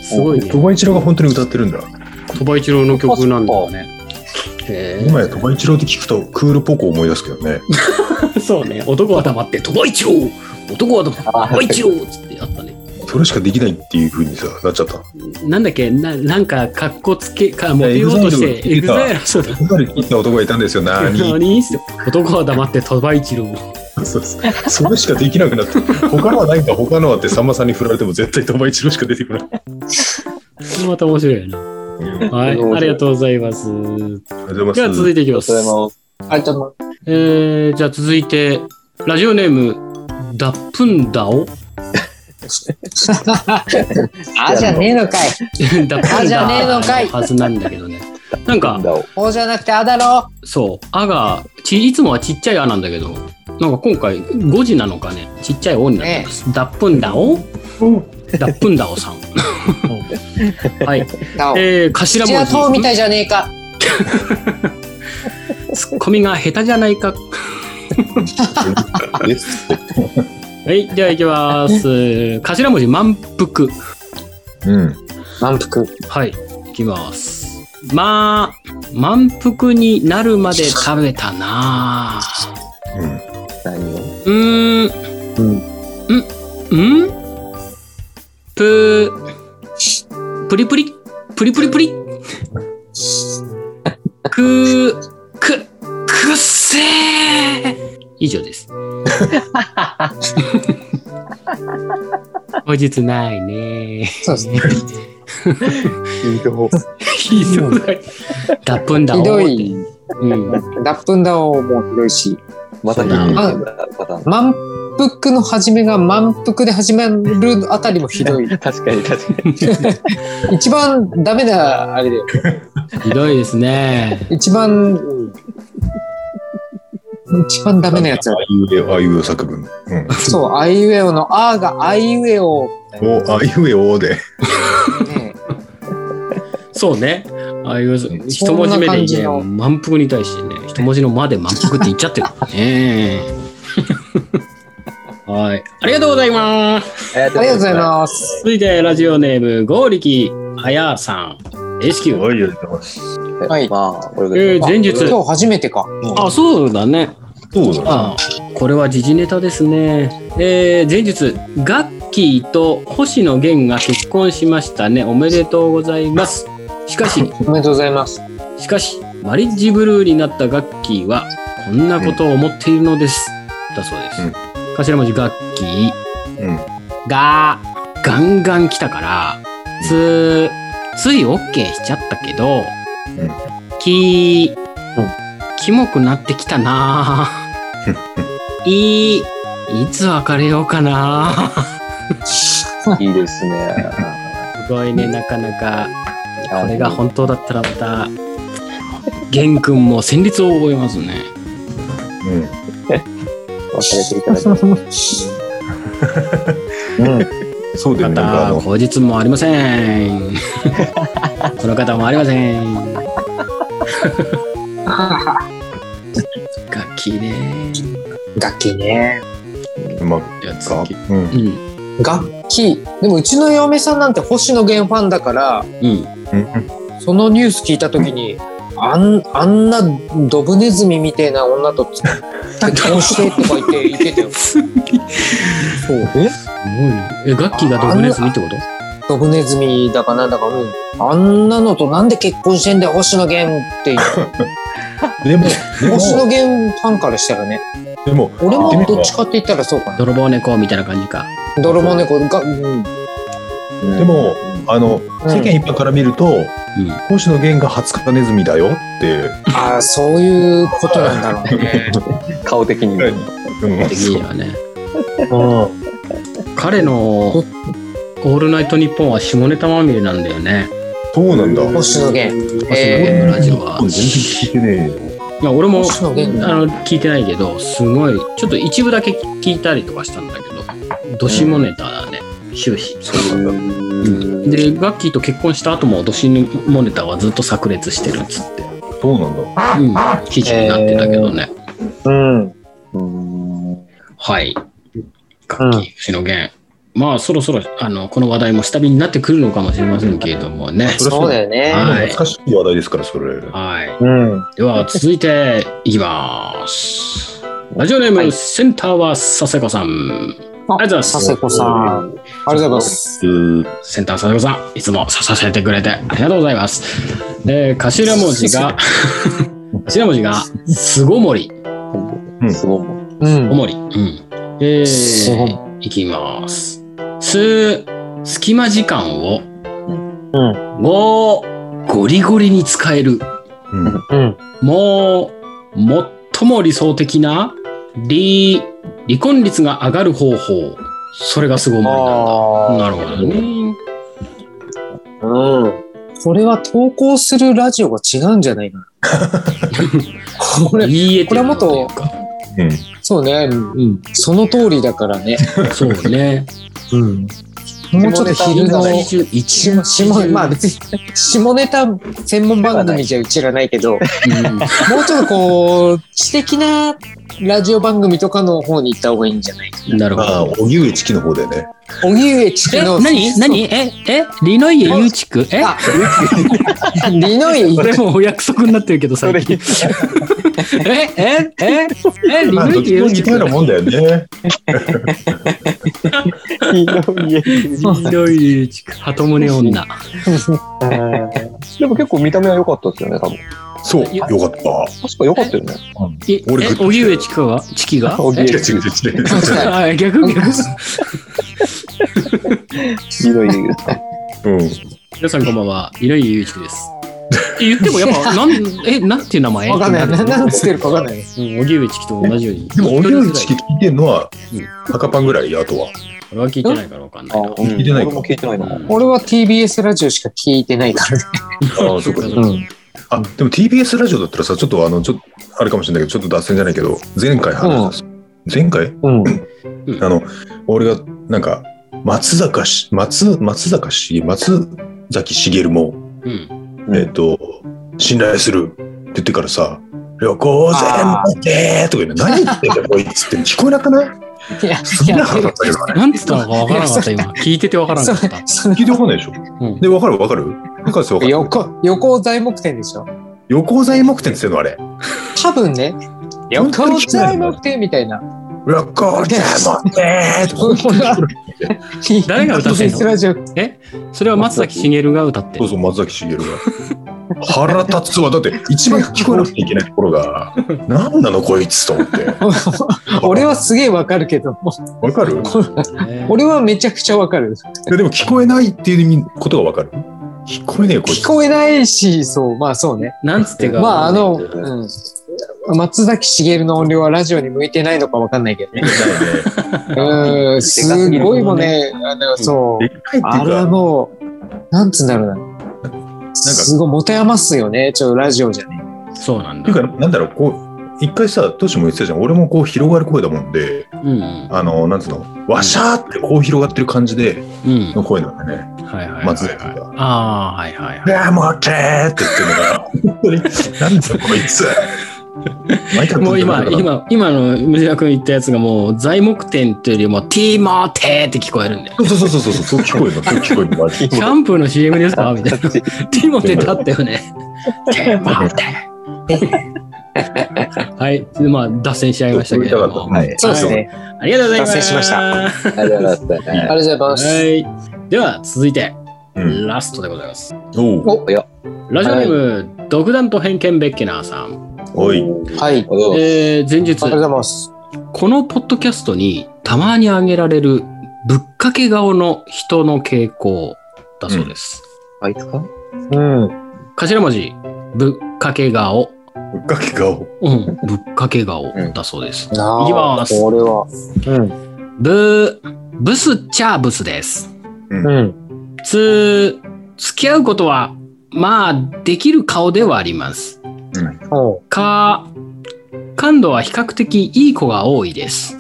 [SPEAKER 5] すごいね。
[SPEAKER 3] 鳥羽一郎が本当に歌ってるんだ。
[SPEAKER 5] 鳥羽一郎の曲なんだね。へー
[SPEAKER 3] 今や鳥羽一郎って聞くとクールポコ思い出すけど ね。
[SPEAKER 5] そうね、男は黙って、鳥羽一郎男は黙って、
[SPEAKER 4] あー
[SPEAKER 5] 鳥羽一郎つってあったね。
[SPEAKER 3] それしかできないっていう風にさ、なっちゃった。
[SPEAKER 5] なんだっけな、なんか、格好つけ、か、モテようとして、エ
[SPEAKER 3] エ
[SPEAKER 5] グ
[SPEAKER 3] グ
[SPEAKER 5] ザ
[SPEAKER 3] ザ
[SPEAKER 5] イ
[SPEAKER 3] イ
[SPEAKER 5] ル、 そうだ。
[SPEAKER 3] ここまで聞いた男がいたんですよ、なーに。
[SPEAKER 5] 何っすよ男は黙って、鳥羽一郎。
[SPEAKER 3] そうそうそれしかできなくなって、他のはないか、他のはってさんまさんに振られても絶対鳥羽一郎しか出てこない。
[SPEAKER 5] これまた面白いよな。
[SPEAKER 3] うん
[SPEAKER 5] はい、ありがとうございま
[SPEAKER 3] あ
[SPEAKER 5] す。
[SPEAKER 3] りがとうご
[SPEAKER 5] で
[SPEAKER 3] ざい
[SPEAKER 5] は
[SPEAKER 3] ます。
[SPEAKER 5] 続いていきま
[SPEAKER 4] う
[SPEAKER 5] す。
[SPEAKER 6] ありがとうございま
[SPEAKER 5] えー、じゃあ続いて、ラジオネーム、ダップンダオ
[SPEAKER 6] す。あじゃねえのかい。
[SPEAKER 5] ダップンダ
[SPEAKER 6] あじゃねえのかい
[SPEAKER 5] はずなんだけどね。なんか、
[SPEAKER 6] こうじゃなくてあだろ。
[SPEAKER 5] そう、あがち、いつもはちっちゃいあなんだけど、なんか今回5時なのかね、ちっちゃいおになってます。ダップンダオダップンダオさん。はい。
[SPEAKER 6] なお。
[SPEAKER 5] えー、頭
[SPEAKER 6] 口が遠
[SPEAKER 5] 文
[SPEAKER 6] み
[SPEAKER 5] 字。
[SPEAKER 6] たいじゃねえか。
[SPEAKER 5] ツッコミが下手じゃないか。
[SPEAKER 3] です
[SPEAKER 5] はい、では行きます。頭文字、満腹。
[SPEAKER 3] うん。
[SPEAKER 6] 満腹。
[SPEAKER 5] はい、行きます。まあ、満腹になるまで食べたな
[SPEAKER 3] うん。
[SPEAKER 4] 何を
[SPEAKER 5] うーん、うん、うんぷー、ぷりぷり、ぷりぷりぷり。くー、く、くっせー以上です。後日ないね
[SPEAKER 6] そうですね。
[SPEAKER 4] ひど
[SPEAKER 5] ひどい。だっぷんだおー
[SPEAKER 6] ひど
[SPEAKER 5] って
[SPEAKER 6] い。
[SPEAKER 5] うん。
[SPEAKER 6] 脱粉だをもうひどいし。
[SPEAKER 4] またひどいパターン。
[SPEAKER 6] 満腹の始めが満腹で始めるあたりもひ どい。
[SPEAKER 4] 確かに確かに。
[SPEAKER 6] 一番ダメな、あれで。
[SPEAKER 5] ひどいですね。
[SPEAKER 6] 一番、うん一番ダメなやつ
[SPEAKER 3] あ。いうえお、あいうえお作文。うん。
[SPEAKER 6] そう、あいうえおのあーがあいうえお。
[SPEAKER 3] お、あいうえおで。
[SPEAKER 6] ね、
[SPEAKER 5] そうね。ああいう一文字目で言えば
[SPEAKER 6] そ
[SPEAKER 5] 満腹に対してね、一文字の間で満腹って言っちゃってるからね。 はい。ありがとうございます。
[SPEAKER 4] あり
[SPEAKER 6] ありがとうございます。
[SPEAKER 5] 続いてラジオネーム、ゴーリキあやさん、HQ。
[SPEAKER 3] い、ありがとうございます。
[SPEAKER 4] す。
[SPEAKER 6] はい
[SPEAKER 4] まあ、これ
[SPEAKER 5] えー、前日。
[SPEAKER 6] 今日初めてか。
[SPEAKER 5] あ、そうだね。
[SPEAKER 3] そうだね。
[SPEAKER 5] ああこれは時事ネタですね。えー、前日、ガッキーと星野源が結婚しましたね。おめでとうございます。しかし、
[SPEAKER 6] おめでとうございます。
[SPEAKER 5] しかし、マリッジブルーになったガッキーは、こんなことを思っているのです。だそうです。
[SPEAKER 3] うん
[SPEAKER 5] 頭文字ガッキー
[SPEAKER 3] うん。
[SPEAKER 5] が、ガンガン来たから、つ、つい OK しちゃったけど、
[SPEAKER 3] うん
[SPEAKER 5] き、
[SPEAKER 6] うん
[SPEAKER 5] キモくなってきたなぁいい、いつ別れようかなぁ
[SPEAKER 4] いいですね。
[SPEAKER 5] すごいね、なかなか。こ
[SPEAKER 4] こ
[SPEAKER 5] れが本当だったらまた、玄君も戦慄を覚えますね。
[SPEAKER 3] うん。
[SPEAKER 4] 別れていただき ます。
[SPEAKER 3] そうだよね。なん
[SPEAKER 5] ま
[SPEAKER 3] かあ
[SPEAKER 5] た
[SPEAKER 3] の、
[SPEAKER 5] 口実もありませ んこの方もありませ ん楽器ね
[SPEAKER 6] 楽器ね。
[SPEAKER 3] まあ、
[SPEAKER 5] じゃあ
[SPEAKER 3] か
[SPEAKER 5] 次、
[SPEAKER 3] うん
[SPEAKER 5] う。ん
[SPEAKER 6] 楽器。でもうちの嫁さんなんて星野源ファンだから、
[SPEAKER 5] うん
[SPEAKER 3] うん
[SPEAKER 6] そのニュース聞いたときに、あん、あんなドブネズミみてえな女と付き合してとか言って、言ってたよ。そう。
[SPEAKER 5] え楽器がドブネズミってこと
[SPEAKER 6] ドブネズミだかなんだか、うん。あんなのとなんで結婚してんだよ、星野源って言って。
[SPEAKER 3] でも、でも
[SPEAKER 6] 星野源ファンからしたらね。
[SPEAKER 3] でも、
[SPEAKER 6] 俺
[SPEAKER 3] 言
[SPEAKER 6] も
[SPEAKER 3] ってみれば
[SPEAKER 6] どっちかって言ったらそうかな。
[SPEAKER 5] 泥棒猫みたいな感じか
[SPEAKER 6] 泥棒猫が、うん。
[SPEAKER 3] でも、あの、世間一般から見ると、
[SPEAKER 5] うん
[SPEAKER 3] 星野源が初カネズミだよって、
[SPEAKER 6] ああ、そういうことなんだろうね。
[SPEAKER 4] 顔的に。
[SPEAKER 3] うん、
[SPEAKER 5] 的にはね。
[SPEAKER 3] あ
[SPEAKER 5] 彼の「オールナイトニッポン」は下ネタまみれなんだよね。
[SPEAKER 3] そうなんだ。
[SPEAKER 6] 星野源。
[SPEAKER 5] え
[SPEAKER 6] え
[SPEAKER 5] ー、ラジオは
[SPEAKER 3] 全。然聞いてねえよ。
[SPEAKER 5] いや俺も
[SPEAKER 6] 星野源
[SPEAKER 5] あの聞いてないけどすごいちょっと一部だけ聞いたりとかしたんだけどドシモネタだね終始
[SPEAKER 3] そうなんだ。
[SPEAKER 5] でガッキーと結婚した後もドシモネタはずっと炸裂してるっつって、
[SPEAKER 3] そうなんだ。
[SPEAKER 5] うん、記事になってたけどね、
[SPEAKER 4] うん。
[SPEAKER 3] うん。
[SPEAKER 5] はいガッキー星野源まあそろそろあのこの話題も下火になってくるのかもしれませんけれどもね
[SPEAKER 3] そりゃそうだ
[SPEAKER 6] よね
[SPEAKER 5] はい
[SPEAKER 3] 懐かしい話題ですから、それ。
[SPEAKER 5] はい
[SPEAKER 4] うん。
[SPEAKER 5] では続いていきます。ラジオネーム、
[SPEAKER 6] はい
[SPEAKER 5] センターは佐世子さん。
[SPEAKER 6] あ
[SPEAKER 5] ありがとうございます。
[SPEAKER 6] 佐世子さん。ありがとうございます。
[SPEAKER 3] うん。
[SPEAKER 5] センター佐世子さん、いつも支えてくれてありがとうございます。で、頭文字 が、頭文字が、すごもり、
[SPEAKER 4] すごいもん。
[SPEAKER 6] うん
[SPEAKER 5] お。もり。うん。え
[SPEAKER 6] すごい
[SPEAKER 5] ー、いきます。す、隙間時間を、
[SPEAKER 4] うん。
[SPEAKER 5] もう、ゴリゴリに使える。
[SPEAKER 3] うん。
[SPEAKER 4] うん。
[SPEAKER 5] もう、最も理想的な、離、離婚率が上がる方法。それがすごい思いなんだ。なるほどね。
[SPEAKER 4] うん。
[SPEAKER 6] これは投稿するラジオが違うんじゃないかな。 これ、
[SPEAKER 5] 言い得て
[SPEAKER 6] これ
[SPEAKER 5] る
[SPEAKER 6] はもっと
[SPEAKER 5] というか。
[SPEAKER 3] うん。
[SPEAKER 6] そうね、うん、その通りだからね。
[SPEAKER 5] そうね。
[SPEAKER 6] うん。もうちょっと昼の、
[SPEAKER 5] 21日
[SPEAKER 6] 下、下、まあ別に、下ネタ専門番組じゃうちらない けど、もうちょっとこう、知的なラジオ番組とかの方に行った方がいいんじゃないか
[SPEAKER 5] うんなるほ
[SPEAKER 3] ああ、
[SPEAKER 5] ど。
[SPEAKER 3] 荻上チキの方だよね。
[SPEAKER 6] 荻上チキ
[SPEAKER 5] え
[SPEAKER 6] の、、
[SPEAKER 5] 何何え、え、リノイエユーチクえ
[SPEAKER 6] あ リノイ
[SPEAKER 5] これもうお約束になってるけど、最近。え、え、え、え、リ
[SPEAKER 3] まあ、
[SPEAKER 5] ノ
[SPEAKER 3] どっ
[SPEAKER 5] イエ
[SPEAKER 3] ち
[SPEAKER 5] ユ
[SPEAKER 3] も
[SPEAKER 5] ーチ
[SPEAKER 3] 似
[SPEAKER 5] ク
[SPEAKER 3] たようなもんだよね。
[SPEAKER 4] ひどい家
[SPEAKER 5] リノイエユーチク、鳩胸女。
[SPEAKER 4] でも結構見た目は良かったですよね、多分。
[SPEAKER 3] そう、よかった。
[SPEAKER 4] 確か良かったよね。
[SPEAKER 5] え、え
[SPEAKER 3] 俺食って
[SPEAKER 5] 荻上チクはチキが
[SPEAKER 4] 荻上
[SPEAKER 3] 違う違う違う。
[SPEAKER 5] あ逆逆
[SPEAKER 4] ひどい家ですか。
[SPEAKER 3] うん。
[SPEAKER 5] 皆さんこんばんは井上裕一ですって言ってもやっぱなんえなんていう名前
[SPEAKER 6] わかんない。ななんつってるかわかんな
[SPEAKER 5] う
[SPEAKER 6] い。
[SPEAKER 5] ん荻上チキと同じように
[SPEAKER 3] でも、荻上チキ聞いてんのは、赤パンぐらい、あとは。
[SPEAKER 5] 俺は聞いてないからわかんないな
[SPEAKER 3] 聞いてないか
[SPEAKER 4] 俺も聞いてないな。
[SPEAKER 6] 俺は TBS ラジオしか聞いてないからね。
[SPEAKER 3] ああ、そうか。
[SPEAKER 6] うん。
[SPEAKER 3] あ、でも TBS ラジオだったらさ、ちょっとあの、ちょっと、あれかもしれないけど、ちょっと脱線じゃないけど、前回話した、前回
[SPEAKER 4] うん。
[SPEAKER 3] あの、俺が、なんか、松坂し、松、松坂し、松崎しげるも、
[SPEAKER 5] うん
[SPEAKER 4] うん
[SPEAKER 3] えっ、と、信頼するって言ってからさ、旅行全部でーとか言うの、何言ってんだよ、こいつって聞こえなくない
[SPEAKER 6] いや、
[SPEAKER 3] す
[SPEAKER 6] い
[SPEAKER 3] げえ
[SPEAKER 6] や、
[SPEAKER 3] 腹立ったけどね。
[SPEAKER 5] なんつったのかわからなかった今聞いててわからなかった
[SPEAKER 6] その
[SPEAKER 3] 聞いてわかんないでしょ。
[SPEAKER 5] うん
[SPEAKER 3] で、わかるわかるわかるわかる。
[SPEAKER 6] 横、横材木店でしょ。
[SPEAKER 3] 横材目点って言うのあれ。
[SPEAKER 6] 多分ね、
[SPEAKER 3] 本当に
[SPEAKER 6] 横
[SPEAKER 3] 聞こえない
[SPEAKER 6] 材
[SPEAKER 3] の
[SPEAKER 6] 木店みたいな。
[SPEAKER 3] 旅行全部でーとか
[SPEAKER 6] これは
[SPEAKER 5] 誰が歌ってんの
[SPEAKER 6] TBS ラジオ
[SPEAKER 5] それは松崎しげるが歌って
[SPEAKER 3] そうそう、松崎しげるが。腹立つわ。だって、一番聞こえなくちゃいけないところが、何なのこいつと思って。
[SPEAKER 6] 俺はすげえわかるけど、
[SPEAKER 3] わかる
[SPEAKER 5] ね
[SPEAKER 6] 俺はめちゃくちゃわかる。
[SPEAKER 3] ででも、聞こえないっていう意味ことがわかる聞こえねえよ、こいつ。
[SPEAKER 6] 聞こえないし、そう、まあそうね。
[SPEAKER 5] なんつってか
[SPEAKER 6] まああの、
[SPEAKER 5] わかんない
[SPEAKER 6] うん、松崎しげるの音量はラジオに向いてないのかわかんないけどね。うん、すごいもんね、あの、そ
[SPEAKER 3] で
[SPEAKER 6] う。
[SPEAKER 3] っかいって
[SPEAKER 6] あ
[SPEAKER 3] いう
[SPEAKER 6] れは
[SPEAKER 3] か、
[SPEAKER 6] もう、なんつうんだろうな。すごい持て余すよね、ちょっとラジオじゃね。
[SPEAKER 5] けどそうなん
[SPEAKER 3] ってい
[SPEAKER 5] だ
[SPEAKER 3] うか、なんだろう、こう、一回さ、トシも言ってたじゃん。俺もこう、広がる声だもんで、
[SPEAKER 5] うん
[SPEAKER 3] あの、なんつうの、わしゃーってこう広がってる感じで、
[SPEAKER 5] うん
[SPEAKER 3] の声なんだね。
[SPEAKER 5] はいはいはい
[SPEAKER 3] 松崎が。
[SPEAKER 5] ああはいはいはい
[SPEAKER 3] いや、もうてーって言ってるのが、本当に、なんつうの、こいつ。毎回
[SPEAKER 5] もう今、今、今のムジラ君言ったやつがもう、材木店っていうよりも、ティーマーテーって聞こえるんだよ。
[SPEAKER 3] そうそうそうそうそう、そう聞こえるの、そう聞こえるの、マジ
[SPEAKER 5] シ
[SPEAKER 3] で
[SPEAKER 5] ャンプーの CM で すかみたいな。ティーモテーってあったよね。ティーモテ ー。はい。まあ、脱線しちゃいましたけれども。
[SPEAKER 3] はい
[SPEAKER 6] そうですね。
[SPEAKER 5] ありがとうございます。
[SPEAKER 6] 脱線しました
[SPEAKER 5] は
[SPEAKER 4] ありがとうございます。
[SPEAKER 6] ありがとうございます。
[SPEAKER 5] い。では、続いて、
[SPEAKER 3] うん。
[SPEAKER 5] ラストでございます。
[SPEAKER 3] おう
[SPEAKER 4] お、いや、
[SPEAKER 5] ラジオネーム、独断と偏見ベッケナーさん。
[SPEAKER 3] おい。
[SPEAKER 6] はい。ありがとう
[SPEAKER 5] えー前日、
[SPEAKER 6] ございます。
[SPEAKER 5] このポッドキャストにたまに挙げられるぶっかけ顔の人の傾向だそうです。
[SPEAKER 4] あいつか
[SPEAKER 6] うん。
[SPEAKER 5] 頭文字、ぶっかけ顔、
[SPEAKER 3] ぶっかけ顔。
[SPEAKER 5] うん、ぶっかけ顔だそうです。
[SPEAKER 4] ない
[SPEAKER 5] きます
[SPEAKER 4] これは。うん。
[SPEAKER 5] ブー、ブスチャーブスです。
[SPEAKER 4] うん。
[SPEAKER 5] つー、付き合うことは、まあ、できる顔ではあります。
[SPEAKER 4] おう。
[SPEAKER 5] か、感度は比較的いい子が多いです。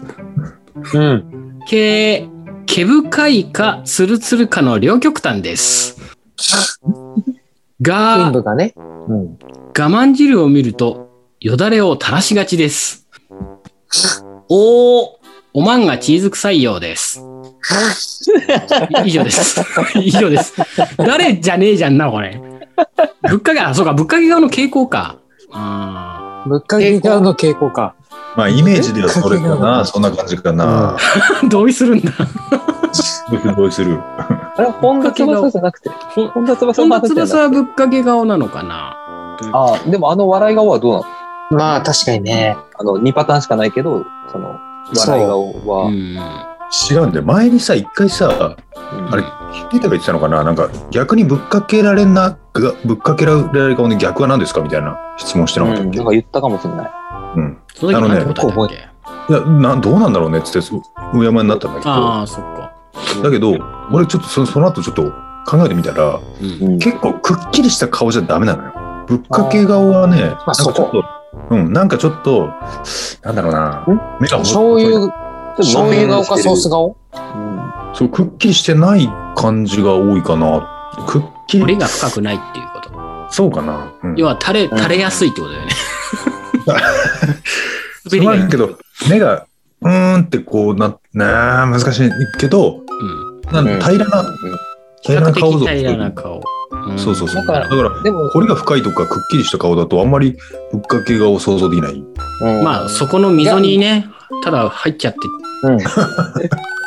[SPEAKER 4] うん。
[SPEAKER 5] け、毛深いか、ツルツルかの両極端です。
[SPEAKER 4] イン
[SPEAKER 5] が、
[SPEAKER 4] ド
[SPEAKER 5] 我
[SPEAKER 4] だね。うん。
[SPEAKER 5] 慢汁を見ると、よだれを垂らしがちです。おー、おまんがチーズ臭いようです。い以上です。 以上です。誰じゃねえじゃんな、これ。ぶっかけ、あ、そうか、ぶっかけ側の傾向か。あ
[SPEAKER 6] ぶっかけ顔の傾向か。
[SPEAKER 3] まあ、イメージではそれかな。そんな感じかな。
[SPEAKER 5] ー 同意するんだ。
[SPEAKER 3] 同意する。
[SPEAKER 4] あれ、本田翼じゃなくて。
[SPEAKER 5] ほん
[SPEAKER 4] 本田翼
[SPEAKER 5] 本
[SPEAKER 4] の
[SPEAKER 5] 田
[SPEAKER 4] 話じゃなく
[SPEAKER 5] 翼
[SPEAKER 4] て。
[SPEAKER 5] はぶっかけ顔なのかな。
[SPEAKER 4] ああ、でもあの笑い顔はどうなの
[SPEAKER 6] まあ確かにね。
[SPEAKER 4] あの、2パターンしかないけど、その、笑い顔
[SPEAKER 5] う
[SPEAKER 4] は。
[SPEAKER 5] ん。
[SPEAKER 3] 違うんだよ。前にさ、一回さ、
[SPEAKER 4] あ
[SPEAKER 3] あれ、聞いたか言ってたのかななんか、逆にぶっかけられな、がぶっかけられる顔で逆は何ですかみたいな質問してなかった
[SPEAKER 4] う
[SPEAKER 3] っ
[SPEAKER 4] ん、
[SPEAKER 3] け
[SPEAKER 4] なんか言ったかもしれない。
[SPEAKER 3] うん。
[SPEAKER 5] その時
[SPEAKER 3] あのね
[SPEAKER 5] 何て答えたっけ
[SPEAKER 3] いやな、どうなんだろうねって言って、うやまになったんだけど。
[SPEAKER 5] ああ、そっか。
[SPEAKER 3] だけど、俺ちょっとそのその後ちょっと考えてみたら、
[SPEAKER 5] うん。
[SPEAKER 4] うん。
[SPEAKER 3] 結構くっきりした顔じゃダメなのよ。ぶっかけ顔はね、なんかちょ
[SPEAKER 6] そ
[SPEAKER 3] っと、うん、なんかちょっと、なんだろうな、目が
[SPEAKER 6] 醤油、醤油顔かソース顔
[SPEAKER 4] うん
[SPEAKER 3] そう、くっきりしてない感じが多いかな。くっき
[SPEAKER 5] 彫り
[SPEAKER 3] り、
[SPEAKER 5] が深くないっていうこと。
[SPEAKER 3] そうかな。うん、
[SPEAKER 5] 要は垂れ、
[SPEAKER 4] うん
[SPEAKER 5] 垂れやすいってことだよね。
[SPEAKER 3] す
[SPEAKER 5] 滑り
[SPEAKER 3] ま
[SPEAKER 5] が
[SPEAKER 3] んけど、目が、うーんってこうな、ね難しいけど、
[SPEAKER 5] うん。
[SPEAKER 3] なん
[SPEAKER 4] うん
[SPEAKER 3] 平らな、
[SPEAKER 5] 比
[SPEAKER 3] 平らな
[SPEAKER 5] 較的
[SPEAKER 3] 顔像。
[SPEAKER 5] 平らな顔。ん
[SPEAKER 3] そうそうそう。
[SPEAKER 4] だか
[SPEAKER 3] だ
[SPEAKER 4] ら
[SPEAKER 3] から、
[SPEAKER 4] でも、
[SPEAKER 3] 彫りが深いとかくっきりした顔だとあんまりぶっかけ顔想像できない。
[SPEAKER 4] うん
[SPEAKER 5] まあ、そこの溝にね、ただ入っちゃって
[SPEAKER 4] うん。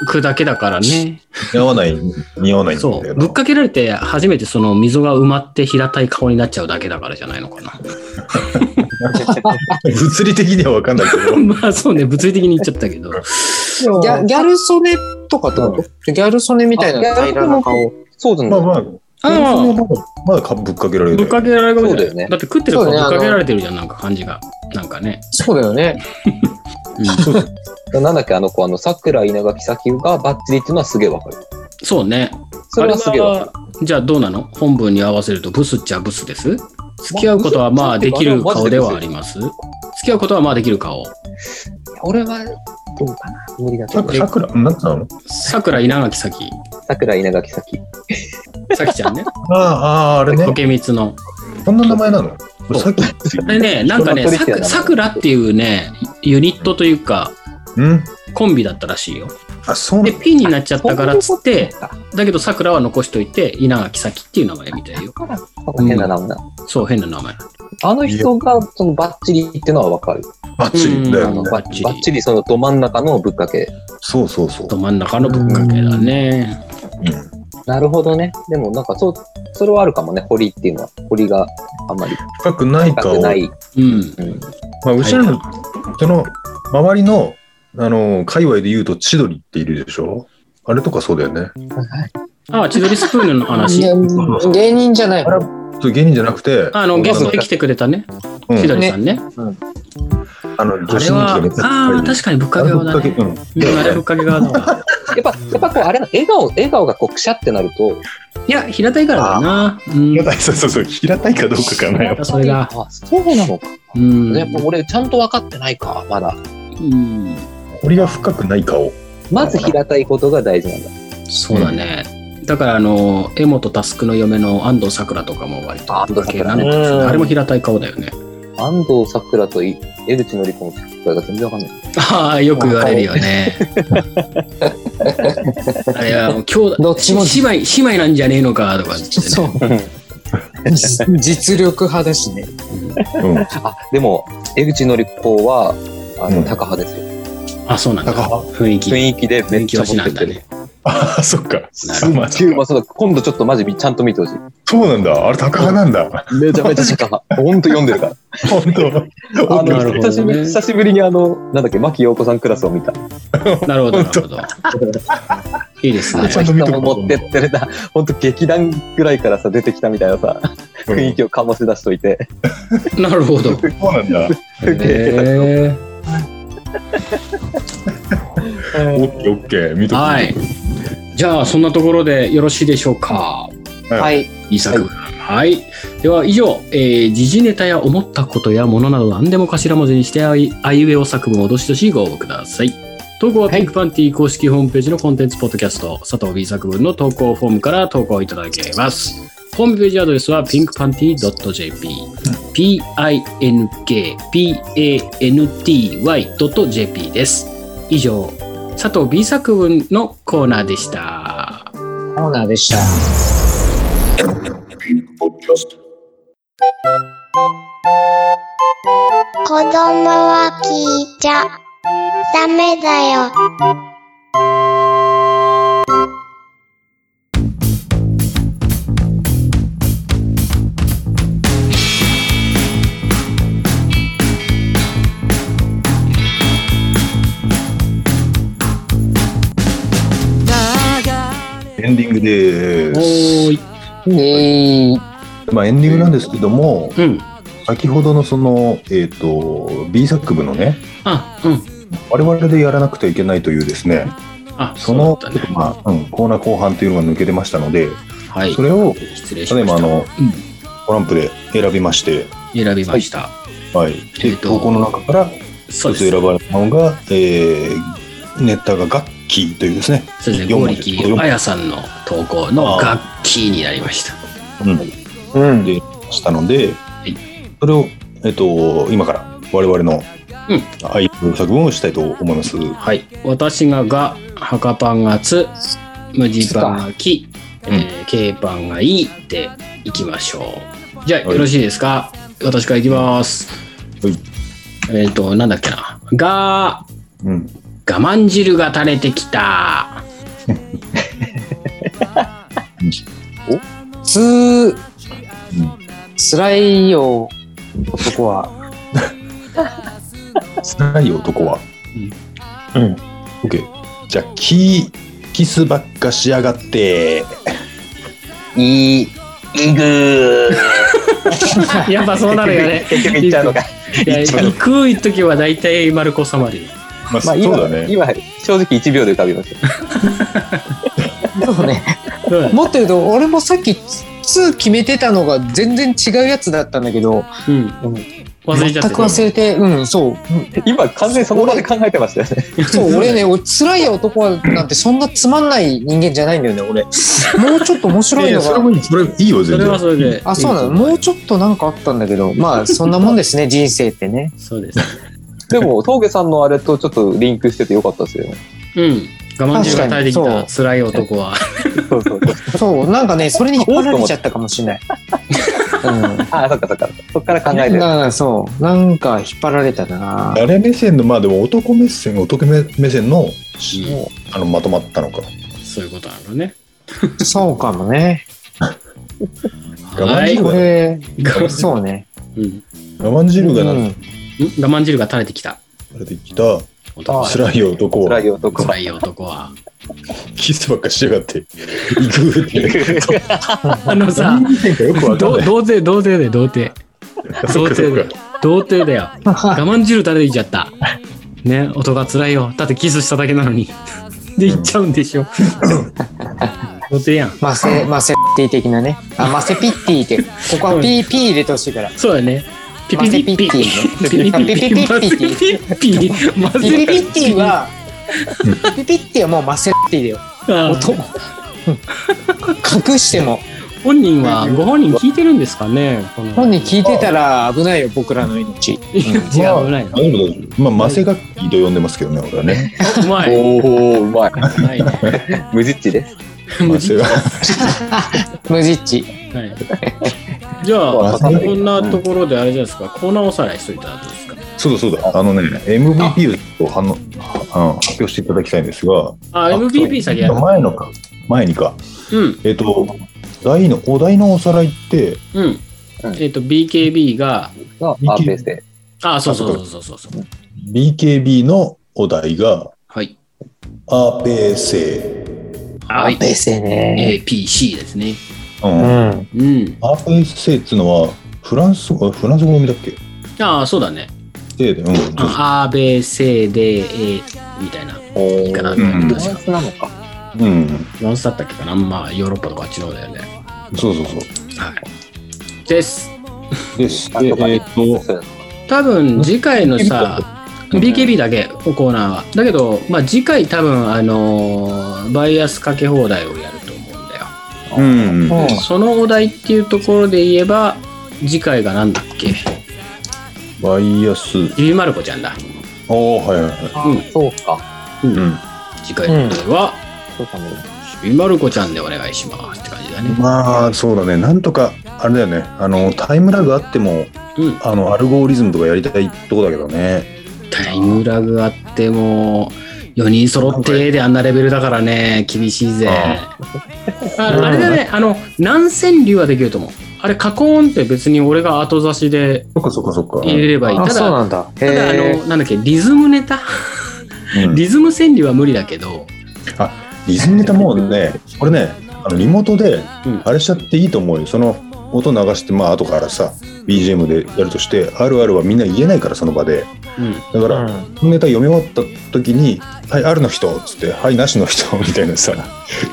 [SPEAKER 5] くだけだからね。
[SPEAKER 3] 似合わない、似合わないんだ
[SPEAKER 5] そ
[SPEAKER 3] よ
[SPEAKER 5] う。
[SPEAKER 3] な
[SPEAKER 5] ぶっかけられて初めてその溝が埋まって平たい顔になっちゃうだけだからじゃないのかな。
[SPEAKER 3] 物理的にはわかんないけ ど。
[SPEAKER 5] まあそうね、物理的に言っちゃったけど。
[SPEAKER 6] ギャギャル曽根とかってこと、ギャル曽根みたいな
[SPEAKER 4] あギャル
[SPEAKER 6] 平らな顔。
[SPEAKER 4] そうじゃ
[SPEAKER 3] ま
[SPEAKER 4] な
[SPEAKER 3] あ
[SPEAKER 4] い。
[SPEAKER 3] まあ、
[SPEAKER 5] ああ、
[SPEAKER 3] まだまだかぶっかけられる
[SPEAKER 5] ぶっ
[SPEAKER 3] よ。
[SPEAKER 5] かけられる顔じゃ
[SPEAKER 4] そう
[SPEAKER 5] ない
[SPEAKER 4] だよね
[SPEAKER 5] だって食ってる
[SPEAKER 6] そ
[SPEAKER 5] 顔
[SPEAKER 6] う
[SPEAKER 5] ぶ
[SPEAKER 6] ね
[SPEAKER 5] っ
[SPEAKER 6] あの
[SPEAKER 5] かけられてるじゃん、なんか感じが。なんかね。
[SPEAKER 6] そうだよね。
[SPEAKER 4] なんだっけ、あの子、あの、桜稲垣咲がバッチリっていうのはすげえわかる。
[SPEAKER 5] そうね。
[SPEAKER 4] それはすげえわかる。
[SPEAKER 5] あれはじゃあどうなの本文に合わせるとブスっちゃブスです付き合うことはまあできる顔ではあります付き合うことはまあできる顔。
[SPEAKER 4] 俺は、どうかな無理だと
[SPEAKER 3] さ
[SPEAKER 4] 思
[SPEAKER 3] く
[SPEAKER 4] う。
[SPEAKER 3] さくら、なんつうの
[SPEAKER 5] 桜稲垣咲
[SPEAKER 4] 桜稲垣咲
[SPEAKER 5] 咲ちゃん ね。
[SPEAKER 3] ああ、ああ、あれね
[SPEAKER 5] 時。計光の。
[SPEAKER 3] こんな名前なの
[SPEAKER 5] そう
[SPEAKER 3] さっき、
[SPEAKER 5] あれね、なんかね、
[SPEAKER 4] 人の取
[SPEAKER 5] さ
[SPEAKER 4] 引や
[SPEAKER 5] く
[SPEAKER 4] な
[SPEAKER 5] さくらっていうね、ユニットというか、
[SPEAKER 3] うん
[SPEAKER 5] コンビだったらしいよ。
[SPEAKER 3] あ、そうな
[SPEAKER 5] で、
[SPEAKER 3] の
[SPEAKER 5] ピンになっちゃったからっつっ
[SPEAKER 4] そ
[SPEAKER 5] て
[SPEAKER 4] ういうことか、
[SPEAKER 5] だけどさくらは残しといて、稲垣咲っていう名前みたいよ。
[SPEAKER 4] 変な名前だ。
[SPEAKER 5] そう、変な名前。
[SPEAKER 4] あの人が、その、バッチリってのはわかる。
[SPEAKER 3] バッチリだ
[SPEAKER 5] う
[SPEAKER 3] よ
[SPEAKER 5] ん
[SPEAKER 3] ね。
[SPEAKER 4] バ
[SPEAKER 5] バッ
[SPEAKER 4] ッ
[SPEAKER 5] チリ
[SPEAKER 4] チリ。バッチリ、その、ど真ん中のぶっかけ。
[SPEAKER 3] そうそうそう。
[SPEAKER 5] ど真ん中のぶっかけだね。
[SPEAKER 3] うん
[SPEAKER 4] なるほどね。でも、なんか、そう、それはあるかもね。堀っていうのは。堀があんまり
[SPEAKER 3] 深くない
[SPEAKER 4] 高
[SPEAKER 3] 顔。
[SPEAKER 4] く
[SPEAKER 3] ま
[SPEAKER 4] ない。
[SPEAKER 5] うん。
[SPEAKER 3] あ、
[SPEAKER 4] うん。
[SPEAKER 3] うちらの、その、周りの、あの、界隈で言うと、千鳥っているでしょあれとかそうだよね。
[SPEAKER 5] ああ、千鳥スプーンの話
[SPEAKER 6] い。や芸人じゃない。
[SPEAKER 3] そう芸人じゃなくて、
[SPEAKER 5] あの、ゲストで来てくれたね、
[SPEAKER 3] うん
[SPEAKER 5] 千鳥さんね。
[SPEAKER 3] あの、
[SPEAKER 5] あ
[SPEAKER 3] 女子
[SPEAKER 5] れ
[SPEAKER 3] 人気
[SPEAKER 5] は
[SPEAKER 3] がめっち、ゃ
[SPEAKER 5] ああ、
[SPEAKER 3] 高い。
[SPEAKER 5] 確かにぶっかけ側だね。
[SPEAKER 3] うん
[SPEAKER 5] うんあれぶっかけ側だ
[SPEAKER 4] や
[SPEAKER 5] わ。
[SPEAKER 4] っぱ、やっぱこう、あれな、笑顔、笑顔がこう、くしゃってなると、
[SPEAKER 5] いや、平たいからだな。うん。
[SPEAKER 3] 平たい、そうそうそう、平たいかどうかかな、やっぱ
[SPEAKER 5] それが。
[SPEAKER 4] あ、そうなのか。
[SPEAKER 5] うん。
[SPEAKER 4] やっぱ俺、ちゃんと分かってないか、まだ。
[SPEAKER 5] うん。
[SPEAKER 3] 彫りが深くない顔。
[SPEAKER 4] まず平たいことが大事なんだ。
[SPEAKER 5] そうだね。だから、あの、江本佑の嫁の安藤サクラとかも割と
[SPEAKER 4] あ安藤
[SPEAKER 5] ぶっか
[SPEAKER 4] サ
[SPEAKER 5] け
[SPEAKER 4] ク
[SPEAKER 5] な
[SPEAKER 4] ラ
[SPEAKER 5] の
[SPEAKER 4] ね
[SPEAKER 5] かもしれないあれも平たい顔だよね。
[SPEAKER 4] 安藤サクラと江口のり子の付き合いが全然わかんない。
[SPEAKER 5] ああ、よく言われるよね。あれはもう兄弟
[SPEAKER 6] どっちも
[SPEAKER 5] 姉妹姉妹なんじゃねえのかとかって、ね、
[SPEAKER 6] そう。実力派だしね。
[SPEAKER 3] うん。
[SPEAKER 4] あ、でも、江口のり子は、あ
[SPEAKER 3] う
[SPEAKER 4] の、
[SPEAKER 3] ん
[SPEAKER 4] 高派ですよ。
[SPEAKER 5] あそうなんだ
[SPEAKER 3] 高
[SPEAKER 5] 雰囲気
[SPEAKER 4] 雰囲気で
[SPEAKER 5] 雰
[SPEAKER 4] め
[SPEAKER 5] 囲
[SPEAKER 4] っ
[SPEAKER 5] 気
[SPEAKER 4] ちゃ
[SPEAKER 5] 推し
[SPEAKER 4] 持
[SPEAKER 5] な
[SPEAKER 4] って
[SPEAKER 5] ん
[SPEAKER 4] って
[SPEAKER 5] だ
[SPEAKER 4] る。
[SPEAKER 5] ね
[SPEAKER 3] ああ、そっか。
[SPEAKER 5] な
[SPEAKER 3] そうなんだ
[SPEAKER 4] 9はそうだ今度ちょっとマジちゃんと見てほしい。
[SPEAKER 3] そうなんだ。あれ、高派なんだ。
[SPEAKER 4] めちゃめち ゃ高派。ほんと読んでるから。
[SPEAKER 3] 本 当。
[SPEAKER 4] あ
[SPEAKER 5] なる
[SPEAKER 4] の、
[SPEAKER 5] ほど
[SPEAKER 4] 久しぶ
[SPEAKER 5] ね
[SPEAKER 4] り久しぶりにあの、なんだっけ、牧陽子さんクラスを見た。
[SPEAKER 5] なるほどなるほどいいですね
[SPEAKER 3] ちゃんと見てもらおう
[SPEAKER 4] 持ってってるな。ほんと劇団ぐらいからさ、出てきたみたいなさ、
[SPEAKER 3] うん
[SPEAKER 4] 雰囲気を醸し出しといて、
[SPEAKER 5] なるほど。
[SPEAKER 3] そうなんだ。
[SPEAKER 5] へえ。
[SPEAKER 3] オッケーオッケー。見とく
[SPEAKER 5] はい。じゃあ、そんなところでよろしいでしょうか。
[SPEAKER 6] はい。
[SPEAKER 5] いい作文。はい。では、以上、えー時事ネタや思ったことやものなど何でも頭文字にして、あいあいうえお作文をどしどしご応募ください。投稿はピンクパンティ公式ホームページのコンテンツポッドキャスト、佐藤 B 作文の投稿フォームから投稿いただけます。ホームページアドレスは pinkpanty.jp、p-i-n-k-p-a-n-t-y.jp です。以上、佐藤 B 作文のコーナーでした。
[SPEAKER 6] コーナーでした。
[SPEAKER 1] 子供は聞いちゃダメだよ。
[SPEAKER 3] エンディングで
[SPEAKER 5] お
[SPEAKER 3] す。
[SPEAKER 5] ーい。
[SPEAKER 6] えー、
[SPEAKER 3] まあエンディングなんですけども、
[SPEAKER 5] うん。
[SPEAKER 3] 先ほどのその、えっ、と、B 作部のね、
[SPEAKER 5] あ、うん。
[SPEAKER 3] 我々でやらなくてはいけないというですね、
[SPEAKER 5] あ、
[SPEAKER 3] その、
[SPEAKER 5] そうだったね。
[SPEAKER 3] まあ、うん、コーナー後半というのが抜けてましたので、
[SPEAKER 5] はい。
[SPEAKER 3] それを、
[SPEAKER 5] 失礼し
[SPEAKER 3] 例え
[SPEAKER 5] ま
[SPEAKER 3] ば
[SPEAKER 5] した。
[SPEAKER 3] あの、
[SPEAKER 5] うん
[SPEAKER 3] トランプで選びまして、
[SPEAKER 5] 選びました。
[SPEAKER 3] はい。
[SPEAKER 5] え
[SPEAKER 3] で、
[SPEAKER 5] ーと
[SPEAKER 3] 投稿の中から、
[SPEAKER 5] そう
[SPEAKER 3] 一つ選
[SPEAKER 5] です。
[SPEAKER 3] ばれたのが、えー、ネタが楽器というですね、
[SPEAKER 5] そうですね。
[SPEAKER 3] 四
[SPEAKER 5] 剛
[SPEAKER 3] 文字
[SPEAKER 5] 力あやさんの投稿の楽器になりました。
[SPEAKER 3] うん、
[SPEAKER 4] うん、
[SPEAKER 3] でしたので、
[SPEAKER 5] い
[SPEAKER 3] それを、えっと、今から我々の
[SPEAKER 5] うん
[SPEAKER 3] アイドル作文をしたいと思います。
[SPEAKER 5] はい。私がが、はかパンがつ、無地パンがき、え
[SPEAKER 3] うん
[SPEAKER 5] ー、けいパンがいいでいきましょう。じゃあ、
[SPEAKER 3] はい
[SPEAKER 5] よろしいですか私からいきます。
[SPEAKER 3] はい
[SPEAKER 5] えっ、と、なんだっけな。が、
[SPEAKER 3] うん、
[SPEAKER 5] 我慢汁が垂れてきた。
[SPEAKER 6] つー、辛いよ、男は。
[SPEAKER 3] 辛い男は。
[SPEAKER 4] うん、
[SPEAKER 3] OK。じゃあ、キキスばっかしやがって。
[SPEAKER 6] いい。
[SPEAKER 4] イグー。
[SPEAKER 5] やっぱそうなるよね
[SPEAKER 4] 結局いっちゃうのか。
[SPEAKER 5] いや、行く行っときは大体丸子様で。
[SPEAKER 3] まあ、
[SPEAKER 4] まあ
[SPEAKER 3] そう
[SPEAKER 4] 今
[SPEAKER 3] だね。
[SPEAKER 4] 今正直1秒で浮かびました。
[SPEAKER 6] そうね。
[SPEAKER 5] そうだね
[SPEAKER 6] もっと言うと、俺もさっき、つー決めてたのが全然違うやつだったんだけど、
[SPEAKER 5] うん。忘れち
[SPEAKER 6] 全
[SPEAKER 5] ゃって
[SPEAKER 6] く忘れて、うん、そう。
[SPEAKER 4] 今完全にそこまで考えてましたよね。
[SPEAKER 6] そう、俺ね、俺辛い男はなんてそんなつまんない人間じゃないんだよね、俺。もうちょっと面白いの
[SPEAKER 3] それ
[SPEAKER 6] が。
[SPEAKER 3] もいい、それいいよ、
[SPEAKER 5] そ
[SPEAKER 3] 全
[SPEAKER 5] れは
[SPEAKER 3] 然。
[SPEAKER 5] それで。
[SPEAKER 6] あ、そうなのもうちょっとなんかあったんだけど、まあそんなもんですね、 人生ってね。
[SPEAKER 5] そうです。
[SPEAKER 4] でも、峠さんのあれとちょっとリンクしててよかったですよね。
[SPEAKER 5] うん。我慢汁が耐えてき
[SPEAKER 6] 確か
[SPEAKER 5] た
[SPEAKER 6] に
[SPEAKER 5] 辛い男は。
[SPEAKER 4] そうそうそう。
[SPEAKER 6] そう、なんかね、それに引っ張られちゃったかもしれない。うん
[SPEAKER 4] ああ、そっかそっか。そっから考えてる。
[SPEAKER 6] なそう、なんか引っ張られたな
[SPEAKER 3] 誰目線の、まあでも男目線、男目線の、
[SPEAKER 5] う
[SPEAKER 3] あの、まとまったのか。
[SPEAKER 5] そういうことなのね。
[SPEAKER 6] そうかもね。
[SPEAKER 3] 我慢
[SPEAKER 5] はい
[SPEAKER 3] 汁。
[SPEAKER 6] これ、
[SPEAKER 5] 我慢
[SPEAKER 6] そうね。
[SPEAKER 5] うん
[SPEAKER 3] 我慢汁が
[SPEAKER 6] う
[SPEAKER 3] なんん
[SPEAKER 5] 我慢汁が垂れてきた。
[SPEAKER 3] れてきた、
[SPEAKER 5] 男は
[SPEAKER 3] 辛いよ男
[SPEAKER 4] 辛、
[SPEAKER 3] はい
[SPEAKER 4] 男は
[SPEAKER 5] 辛。い男は。
[SPEAKER 3] キスばっかしやがって。行くって。
[SPEAKER 5] あのさ、
[SPEAKER 3] 何言ってんかよくわかん
[SPEAKER 5] ど
[SPEAKER 3] ない。
[SPEAKER 5] 童貞、童貞で童貞。童貞で。童貞だよ。我慢汁垂れてきちゃった。ね、音が辛いよ。だってキスしただけなのに。で、行っちゃうんでしょ。童貞やん。
[SPEAKER 6] マセ、マセピティ的なね。あ、マセピッティって、ここはピーピー入れてほしいから。
[SPEAKER 5] そうだね。ピピピピピ
[SPEAKER 6] マセピ
[SPEAKER 5] ピ
[SPEAKER 6] ッティね
[SPEAKER 5] ピピピピピ
[SPEAKER 6] マセピ
[SPEAKER 5] ピマセ
[SPEAKER 6] ピピピッティは、ピピッティはもうマセピティだよ。
[SPEAKER 5] あ
[SPEAKER 6] 音も。隠しても。
[SPEAKER 5] 本人はご本人聞いてるんですかね
[SPEAKER 6] 本人聞いてたら危ないよ、僕らの命。
[SPEAKER 5] 違う危ないな
[SPEAKER 3] 大丈夫大丈夫。まあ、マセ楽器と呼んでますけどね、俺はね。
[SPEAKER 5] うま い
[SPEAKER 4] おお、うまい。
[SPEAKER 5] うまいね
[SPEAKER 4] 無実地です。
[SPEAKER 5] 無
[SPEAKER 3] マ
[SPEAKER 5] 事
[SPEAKER 3] セが。
[SPEAKER 6] 無実地。
[SPEAKER 5] はいじゃあ
[SPEAKER 4] わ
[SPEAKER 5] こ
[SPEAKER 3] かんない
[SPEAKER 5] んなところであれじゃないですかコーナーおさらいしといたらどうですか
[SPEAKER 3] そうだそうだ。あのね、MVP をちょっと反応はうん発表していただきたいんですが、
[SPEAKER 5] あ MVP 先やる
[SPEAKER 3] 前のか、前にか。
[SPEAKER 5] うん
[SPEAKER 3] えっと、題の、お題のおさらいって、
[SPEAKER 5] うんえっと BKB が
[SPEAKER 4] のアーペースで。
[SPEAKER 5] あそうそうそうそうそうそう
[SPEAKER 3] BKB のお題が、
[SPEAKER 5] はい
[SPEAKER 3] アーペーセ
[SPEAKER 5] はい
[SPEAKER 6] 冷静ね。
[SPEAKER 5] APC ですね
[SPEAKER 3] うん
[SPEAKER 7] うん。
[SPEAKER 5] うん。
[SPEAKER 3] アープエッセイっつうのはフランス語フランス語読みだっけ
[SPEAKER 5] ああ、そうだね。
[SPEAKER 3] せいでうんそうそう
[SPEAKER 5] あ、あべ、せ、で、え、みたいな。いいかな、
[SPEAKER 3] うん
[SPEAKER 5] 確か。
[SPEAKER 4] スなのか。
[SPEAKER 3] うん
[SPEAKER 5] フランスだったっけかなまあ、ヨーロッパとかあっちの方だよね。
[SPEAKER 3] そうそうそう
[SPEAKER 5] はい。です。
[SPEAKER 3] です
[SPEAKER 4] あ
[SPEAKER 3] でえ
[SPEAKER 4] とか
[SPEAKER 3] ーっと
[SPEAKER 5] 多分、次回のさ、
[SPEAKER 3] うん
[SPEAKER 5] BKB だけ、コーナーは。だけど、まあ、次回多分、あのーバイアスかけ放題をやると思うんだよ。
[SPEAKER 3] うん
[SPEAKER 4] うん
[SPEAKER 5] そのお題っていうところで言えば、次回がなんだっけ
[SPEAKER 3] バイアス
[SPEAKER 5] ゆいまる子ちゃんだ。
[SPEAKER 3] ああはいはいは
[SPEAKER 5] うん
[SPEAKER 4] そうか。
[SPEAKER 5] う。
[SPEAKER 3] いうんん
[SPEAKER 5] 次回のお題は、
[SPEAKER 4] そうかもね。
[SPEAKER 5] ゆいまる子ちゃんでお願いしますって感じだね。
[SPEAKER 3] まあそうだねなんとかあれだよねあのタイムラグあっても
[SPEAKER 5] うん。
[SPEAKER 3] あのアルゴリズムとかやりたいとこだけどね
[SPEAKER 5] タイムラグあっても4人揃ってであんなレベルだからね厳しいぜああれだねあの何川柳はできると思うあれ加工音って別に俺が後差しで
[SPEAKER 3] そっかそっかそっか
[SPEAKER 5] 入れればいいた
[SPEAKER 7] あ、そう
[SPEAKER 5] だ
[SPEAKER 7] なんだ。
[SPEAKER 5] ただあ
[SPEAKER 7] へえ。
[SPEAKER 5] のなんだっけリズムネタ
[SPEAKER 3] うん
[SPEAKER 5] リズム川柳は無理だけど
[SPEAKER 3] リズムネタもうねこれねあのリモートで
[SPEAKER 5] うん
[SPEAKER 3] あれしちゃっていいと思うよその音流してまあ後からさ BGM でやるとしてあるあるはみんな言えないからその場で
[SPEAKER 5] うん
[SPEAKER 3] だか
[SPEAKER 7] う
[SPEAKER 3] ら、
[SPEAKER 7] ん。
[SPEAKER 3] ネタ読み終わった時に「はいあるの人」っつって「はいなしの人」 みたいなさ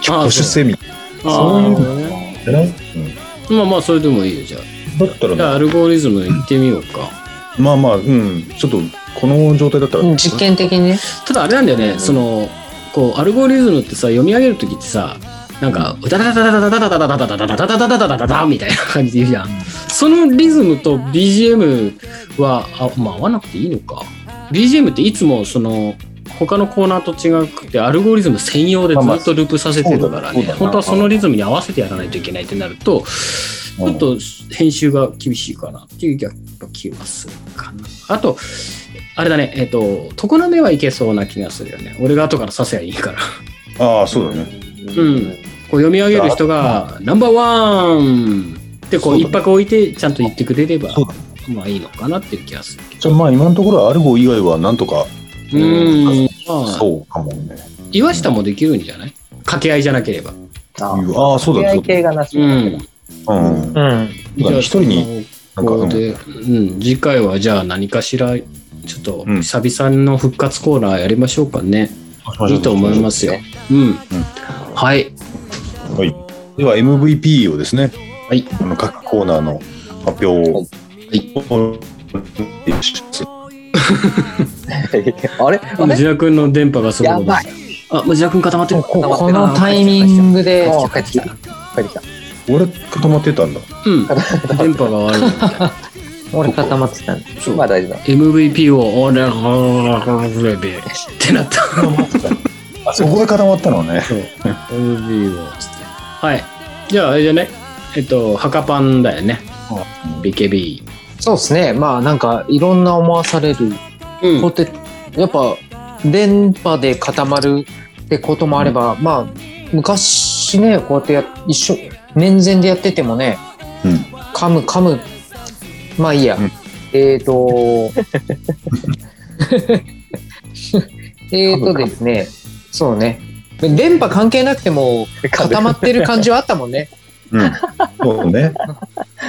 [SPEAKER 3] 挙手セミそういう
[SPEAKER 5] あ
[SPEAKER 3] じゃない、うん、
[SPEAKER 5] ーまあまあそれでもいいよじゃあ
[SPEAKER 3] だったら
[SPEAKER 5] じゃ
[SPEAKER 3] ね
[SPEAKER 5] あアルゴリズムいってみようか
[SPEAKER 3] まあまあうんちょっとこの状態だったら、
[SPEAKER 6] うん実験的にね。
[SPEAKER 5] ただあれなんだよね、そのこうアルゴリズムってさ読み上げる時ってさなんか「ダダダダダダダダダダダダダダダダダダダダダダ」みたいな感じで言うじゃんそのリズムと BGM はあまあ合わなくていいのか BGM っていつもその他のコーナーと違くてアルゴリズム専用でずっとループさせてるからね
[SPEAKER 3] まあまあそうだな
[SPEAKER 5] 本当はそのリズムに合わせてやらないといけないってなるとちょっと編集が厳しいかなっていうギャップ気はするかなあとあれだねえっ、と常滑はいけそうな気がするよね俺が後からさせばいいから
[SPEAKER 3] ああそうだね
[SPEAKER 5] うん、こう読み上げる人が「ナンバーワン!」ってこう
[SPEAKER 3] そうだ
[SPEAKER 5] 一
[SPEAKER 3] ね
[SPEAKER 5] 泊置いてちゃんと言ってくれれば
[SPEAKER 3] そうだ
[SPEAKER 5] まあいいのかなっていう気がするけ
[SPEAKER 3] じゃあまあ今のところアルゴ以外はなんとか
[SPEAKER 5] どうんまあ
[SPEAKER 3] そうかもね
[SPEAKER 5] 岩下もできるんじゃない掛け合いじゃなければ
[SPEAKER 4] あ
[SPEAKER 3] ああそうだねそうだね
[SPEAKER 4] 系がなし
[SPEAKER 5] うん
[SPEAKER 3] うん
[SPEAKER 7] うん。
[SPEAKER 3] そうだね一人になんか
[SPEAKER 5] こ
[SPEAKER 3] う
[SPEAKER 5] うんで、うん、次回はじゃあ何かしらちょっと
[SPEAKER 3] うん
[SPEAKER 5] 久々の復活コーナーやりましょうかね、いいと思いますようん、はい
[SPEAKER 3] はいでは MVP をですね
[SPEAKER 5] はい
[SPEAKER 3] あの各コーナーの発表を
[SPEAKER 5] い
[SPEAKER 3] お願いします
[SPEAKER 4] あれあれ
[SPEAKER 5] ムジナ君の電波がすごいこと
[SPEAKER 4] やばい
[SPEAKER 5] あムジナ君固まってる
[SPEAKER 6] ここのタイミングで、
[SPEAKER 4] あ帰ってきた。帰ってきた。
[SPEAKER 3] 俺固まってたんだ
[SPEAKER 5] うん電波が悪いみたいな
[SPEAKER 7] 俺固まってたんだ。
[SPEAKER 5] そう
[SPEAKER 4] まあ大丈夫だ。
[SPEAKER 5] MVP を、俺の、ってなった。
[SPEAKER 3] あそこで固まったのね
[SPEAKER 5] MVP を、つって。はい。じゃあ、あれじゃね。えっと、ハカパンだよね。BKB。
[SPEAKER 6] そうですね。まあなんかいろんな思わされる。
[SPEAKER 5] う。
[SPEAKER 6] こうんやってやっぱ電波で固まるってこともあれば、まあ昔ねこうやってや一緒面前でやっててもね、
[SPEAKER 3] うん
[SPEAKER 6] 噛む噛むまあいいや、
[SPEAKER 3] うん
[SPEAKER 6] え ー、とえーとですねそうね電波関係なくても固まってる感じはあったもん ね。
[SPEAKER 3] うんそうね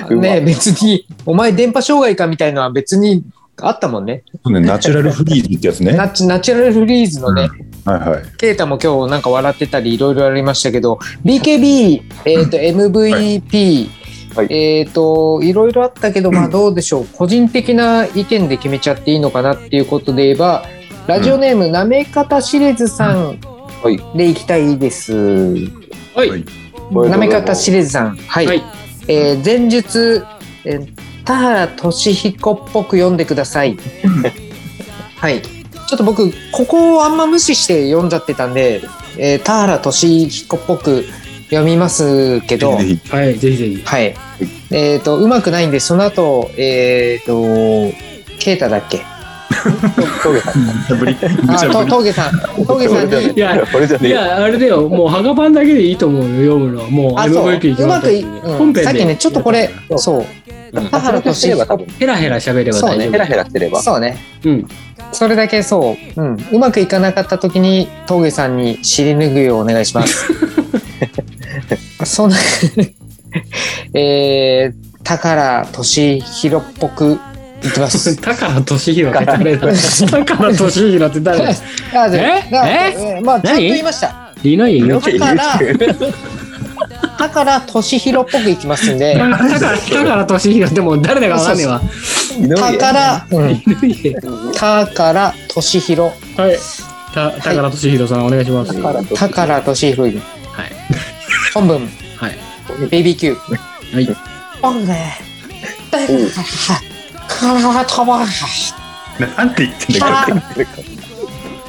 [SPEAKER 4] うま
[SPEAKER 6] ね別にお前電波障害かみたいのは別にあったもんね。
[SPEAKER 3] そうねナチュラルフリーズってやつね
[SPEAKER 6] ナ
[SPEAKER 3] は
[SPEAKER 6] チナチュラルフリーズのね、
[SPEAKER 3] いはい
[SPEAKER 6] ケイタも今日なんか笑ってたりいろいろありましたけど BKB、えー、と MVP、
[SPEAKER 4] はい
[SPEAKER 6] えっ、といろいろあったけどまあどうでしょう個人的な意見で決めちゃっていいのかなっていうことで言えばラジオネーム、なめかたしれずさん
[SPEAKER 4] はい
[SPEAKER 6] でいきたいです。
[SPEAKER 5] はい。
[SPEAKER 3] はい
[SPEAKER 6] なめかたしれずさん。はい。
[SPEAKER 5] はい
[SPEAKER 6] えー前述、えー田原俊彦っぽく読んでください。はい。ちょっと僕、ここをあんま無視して読んじゃってたんで、えー田原俊彦っぽく読みますけど、
[SPEAKER 3] ぜひぜひ
[SPEAKER 5] はい、ぜひぜひ。
[SPEAKER 6] はい。えっ、と、うまくないんで、その後、えっ、と、ケイタだっけ
[SPEAKER 4] 峠さん。
[SPEAKER 3] ぶり
[SPEAKER 6] あ、と峠さん。峠さんに、
[SPEAKER 5] いや、
[SPEAKER 4] これじゃ
[SPEAKER 5] い
[SPEAKER 4] ねえ。
[SPEAKER 5] や、あれだよ。もう、ハカパンだけでいいと思うよ。読むのは。もう、
[SPEAKER 6] あ、そう、
[SPEAKER 5] MVP
[SPEAKER 6] うまくい、う
[SPEAKER 5] 本
[SPEAKER 6] ん、
[SPEAKER 5] 編
[SPEAKER 6] さっきね、ちょっとこれ、そう、田原
[SPEAKER 4] として
[SPEAKER 6] 俊
[SPEAKER 4] れば
[SPEAKER 6] 彦
[SPEAKER 4] 多分、
[SPEAKER 5] ヘラヘラ喋れば大丈
[SPEAKER 4] ヘ
[SPEAKER 5] 夫。
[SPEAKER 4] ラヘラしてれば。
[SPEAKER 6] そうね。
[SPEAKER 5] うん。
[SPEAKER 6] それだけそう、うん、うまくいかなかった時に 峠さんに尻拭いをお願いします。そんな えー、宝俊弘っぽく言っ てます。
[SPEAKER 5] 高野俊弘って 誰だ高野俊弘って誰だ
[SPEAKER 6] あで
[SPEAKER 5] え
[SPEAKER 6] な
[SPEAKER 5] え
[SPEAKER 6] まあ、ちゃんと
[SPEAKER 5] 何
[SPEAKER 6] 言いました。
[SPEAKER 5] リノイン
[SPEAKER 6] だ
[SPEAKER 5] よ。
[SPEAKER 6] から、だから、俊弘っぽくいきます んで、
[SPEAKER 5] 高野俊弘ってもう誰だかわかんねえわ。
[SPEAKER 6] だから、 うん、だから、俊弘。
[SPEAKER 5] はい。た高野俊弘さんお願いします。
[SPEAKER 4] だか
[SPEAKER 5] は
[SPEAKER 4] ら、
[SPEAKER 6] だから、俊弘。本文、
[SPEAKER 5] い。
[SPEAKER 6] BBQ。
[SPEAKER 5] はい。
[SPEAKER 6] 本文、だから、とも、
[SPEAKER 3] なんて言ってんだよ。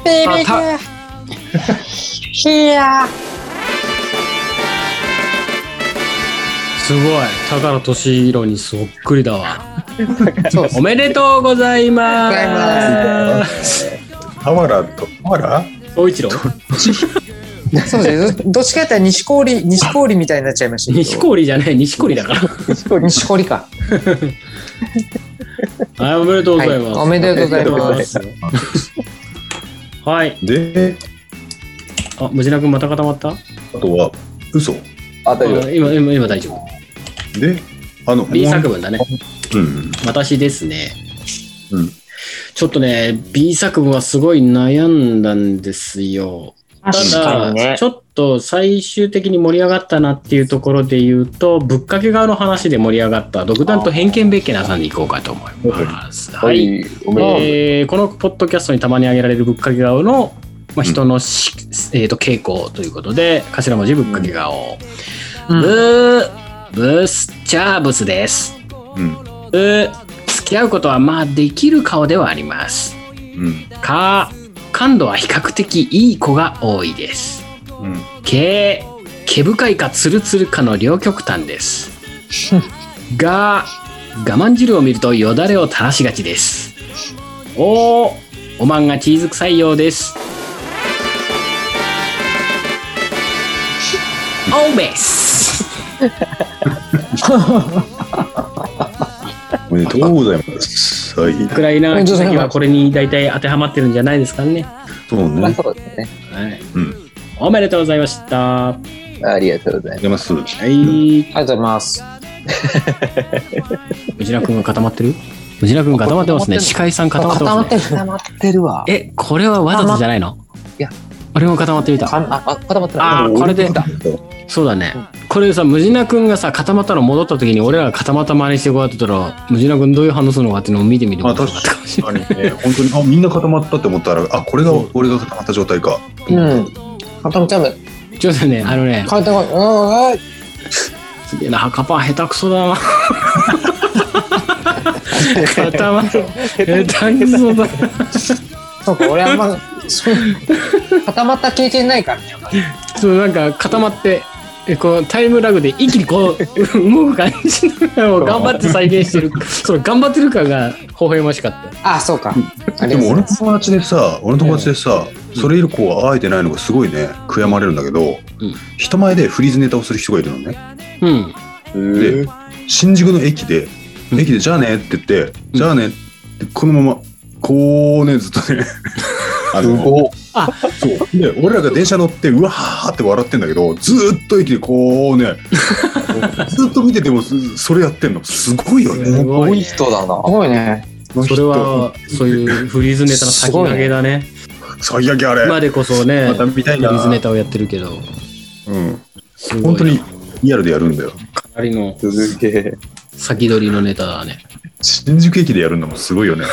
[SPEAKER 6] BBQ。いや
[SPEAKER 5] すごい。高野俊弘にそっくりだわ。
[SPEAKER 6] ーそうです
[SPEAKER 5] お。めでとうございま。
[SPEAKER 6] ます
[SPEAKER 3] 俵と、俵
[SPEAKER 5] 総一郎
[SPEAKER 6] そうですどどっちかやったら西郡、西郡みたいになっちゃいましたけど。
[SPEAKER 5] 西氷じゃない、西氷だから。
[SPEAKER 6] 西郡か。
[SPEAKER 5] はい、おめでとうございます。。
[SPEAKER 6] はいおめでとうございます
[SPEAKER 5] はい。
[SPEAKER 3] で、
[SPEAKER 5] あ、ムジナ君また固まったあ
[SPEAKER 3] あとは、嘘。
[SPEAKER 4] あ、大丈夫。
[SPEAKER 5] 今、今、今大丈夫。
[SPEAKER 3] で、あの、
[SPEAKER 5] B 作文だね。
[SPEAKER 3] うん。
[SPEAKER 5] 私ですね。
[SPEAKER 3] うん
[SPEAKER 5] ちょっとね、B 作文はすごい悩んだんですよ。た
[SPEAKER 7] 確か
[SPEAKER 5] だ、
[SPEAKER 7] にね
[SPEAKER 5] ち。ょっと最終的に盛り上がったなっていうところで言うと、ぶっかけ側の話で盛り上がった独断と偏見ベッケナーさんに行こうかと思います。
[SPEAKER 4] は。い、おめでとう。
[SPEAKER 5] えーこのポッドキャストにたまに挙げられるぶっかけ顔の、まあ、人のし、えー、と傾向ということで頭文字ぶっかけ顔、
[SPEAKER 7] うん
[SPEAKER 5] ブーブスチャーブスです
[SPEAKER 3] うん。
[SPEAKER 5] ブー付き合うことはまあできる顔ではあります
[SPEAKER 3] うん。
[SPEAKER 5] か感度は比較的いい子が多いです
[SPEAKER 3] うん。
[SPEAKER 5] 毛毛深いかツルツルかの両極端ですが我慢汁を見るとよだれを垂らしがちですおおおまんがチーズ臭いようですオーベス
[SPEAKER 3] おめでとうございます。はい。
[SPEAKER 5] くらいな奇跡はこれに大体当てはまってるんじゃないですかね、
[SPEAKER 3] そうね。あ
[SPEAKER 4] まあ、
[SPEAKER 3] りがとう
[SPEAKER 4] そうですね。
[SPEAKER 5] はい
[SPEAKER 3] うん
[SPEAKER 5] おめでとうございましたは
[SPEAKER 4] ありがとうござい
[SPEAKER 3] ございます。
[SPEAKER 5] い
[SPEAKER 6] ありがとうございます。
[SPEAKER 5] ムジナ君が固まってるムジナ君固まってますね司会さん固まってますね
[SPEAKER 6] る。固ま
[SPEAKER 4] ます。待ってるわ。
[SPEAKER 5] え、これはわざとじゃないの
[SPEAKER 4] いや、
[SPEAKER 5] 俺も固まってみ
[SPEAKER 6] か
[SPEAKER 5] た。
[SPEAKER 6] んあ、あ固まって
[SPEAKER 5] あ
[SPEAKER 6] な
[SPEAKER 5] あ、
[SPEAKER 6] い。
[SPEAKER 5] これで、そうだね。これさ、ムジナ君がさ、固まったの戻った時に、俺らが固まった真似してこうやってたら、ムジナ君どういう反応するのかっていうのを見てみても
[SPEAKER 3] ま
[SPEAKER 5] ら
[SPEAKER 3] あ
[SPEAKER 5] った
[SPEAKER 3] 確
[SPEAKER 5] かもしれない。
[SPEAKER 3] かにね、本当に、あ、みんな固まったって思ったら、あ、これが俺が固まった状態か。
[SPEAKER 6] うん。固まっちゃう。
[SPEAKER 5] ちょっとね、あのね、
[SPEAKER 6] 固まっうんうん。
[SPEAKER 5] すげえな、ハカパン下手くそ だな。 固まった。下手くそだな。
[SPEAKER 6] そうか、俺あんま、そう固まった経験ないからね。
[SPEAKER 5] そう、なんか固まって、えこうタイムラグで一気にこう 動く感じのを頑張って再現してるその頑張ってる感が微笑ましかった
[SPEAKER 6] あ、そうか。あ
[SPEAKER 3] で
[SPEAKER 6] りがと
[SPEAKER 3] も
[SPEAKER 6] う
[SPEAKER 3] 俺の友
[SPEAKER 6] ございます。
[SPEAKER 3] 達でさ、俺の友達でさ、それ以降は会えてないのがすごいね、悔やまれるんだけど、
[SPEAKER 5] うん
[SPEAKER 3] 人前でフリーズネタをする人がいるのね。
[SPEAKER 5] うん
[SPEAKER 3] で、新宿の駅で、
[SPEAKER 5] うん
[SPEAKER 3] 駅でじゃあねって言って、じゃあねってこのまま、こうね、ずっと ね。あの
[SPEAKER 5] あ
[SPEAKER 3] そうで俺らが電車乗ってうわーって笑ってんだけどずーっと駅で こうねずっと見ててもすそれやってんのすごいよね。
[SPEAKER 5] すごいね
[SPEAKER 4] 人だな
[SPEAKER 6] す。ごいね。
[SPEAKER 5] それはそういうフリーズネタの先駆けだね
[SPEAKER 3] 最悪あれ、
[SPEAKER 5] 今でこそね
[SPEAKER 3] また見たい
[SPEAKER 5] フリ
[SPEAKER 3] な、
[SPEAKER 5] ーズネタをやってるけど
[SPEAKER 3] うん、
[SPEAKER 5] すごいな
[SPEAKER 3] 本当にリアルでやるんだよ
[SPEAKER 5] ありの
[SPEAKER 4] すげえ。
[SPEAKER 5] 先取りのネタだね
[SPEAKER 3] 新宿駅でやるのもすごいよね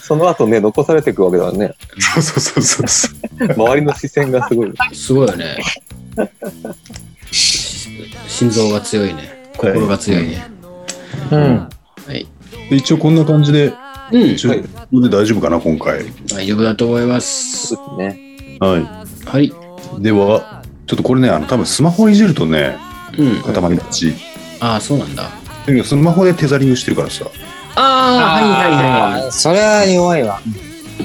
[SPEAKER 4] その後ね、残されていくわけだからね。
[SPEAKER 3] そうそうそうそうそ
[SPEAKER 4] 周りの視線がすごい。
[SPEAKER 5] すごいよねし心臓が強いね心が強いね
[SPEAKER 6] うん。
[SPEAKER 5] はい、
[SPEAKER 3] うで一応こんな感じで
[SPEAKER 5] うん、
[SPEAKER 3] 中で大丈夫かな今回
[SPEAKER 5] 大丈夫だと思います
[SPEAKER 4] そうですね。
[SPEAKER 3] は
[SPEAKER 5] はい
[SPEAKER 3] いではちょっとこれねあの多分スマホいじるとね
[SPEAKER 5] うん
[SPEAKER 3] 固まりがち
[SPEAKER 5] ああそうなんだ
[SPEAKER 3] だけどスマホでテザリングしてるからさ
[SPEAKER 5] ああはいはいは
[SPEAKER 6] あーそれは弱いわ。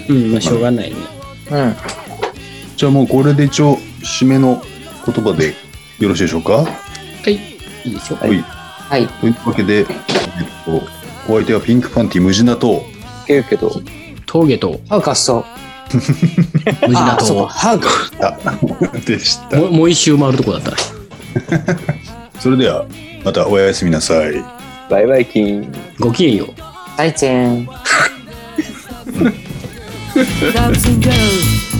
[SPEAKER 5] いうんまあしょうがないね
[SPEAKER 6] うん。
[SPEAKER 3] じゃあもうこれで一応締めの言葉でよろしいでしょうか
[SPEAKER 5] はいいいでしょう
[SPEAKER 3] はい
[SPEAKER 6] はい。
[SPEAKER 3] というわけで、えっと、お相手はピンクパンティ無人だと
[SPEAKER 4] いけるけど、
[SPEAKER 5] 峠と
[SPEAKER 6] ハウカスと。
[SPEAKER 5] 無事
[SPEAKER 6] あ
[SPEAKER 5] な
[SPEAKER 6] ー、そう
[SPEAKER 5] と
[SPEAKER 6] か。ハウカ。
[SPEAKER 3] あでした
[SPEAKER 5] もうもう一周回るとこだった
[SPEAKER 3] それではまたおやすみなさい。
[SPEAKER 4] バイバイキン。
[SPEAKER 5] ごきげんよう。
[SPEAKER 6] 大ちゃん。
[SPEAKER 8] Loves and goes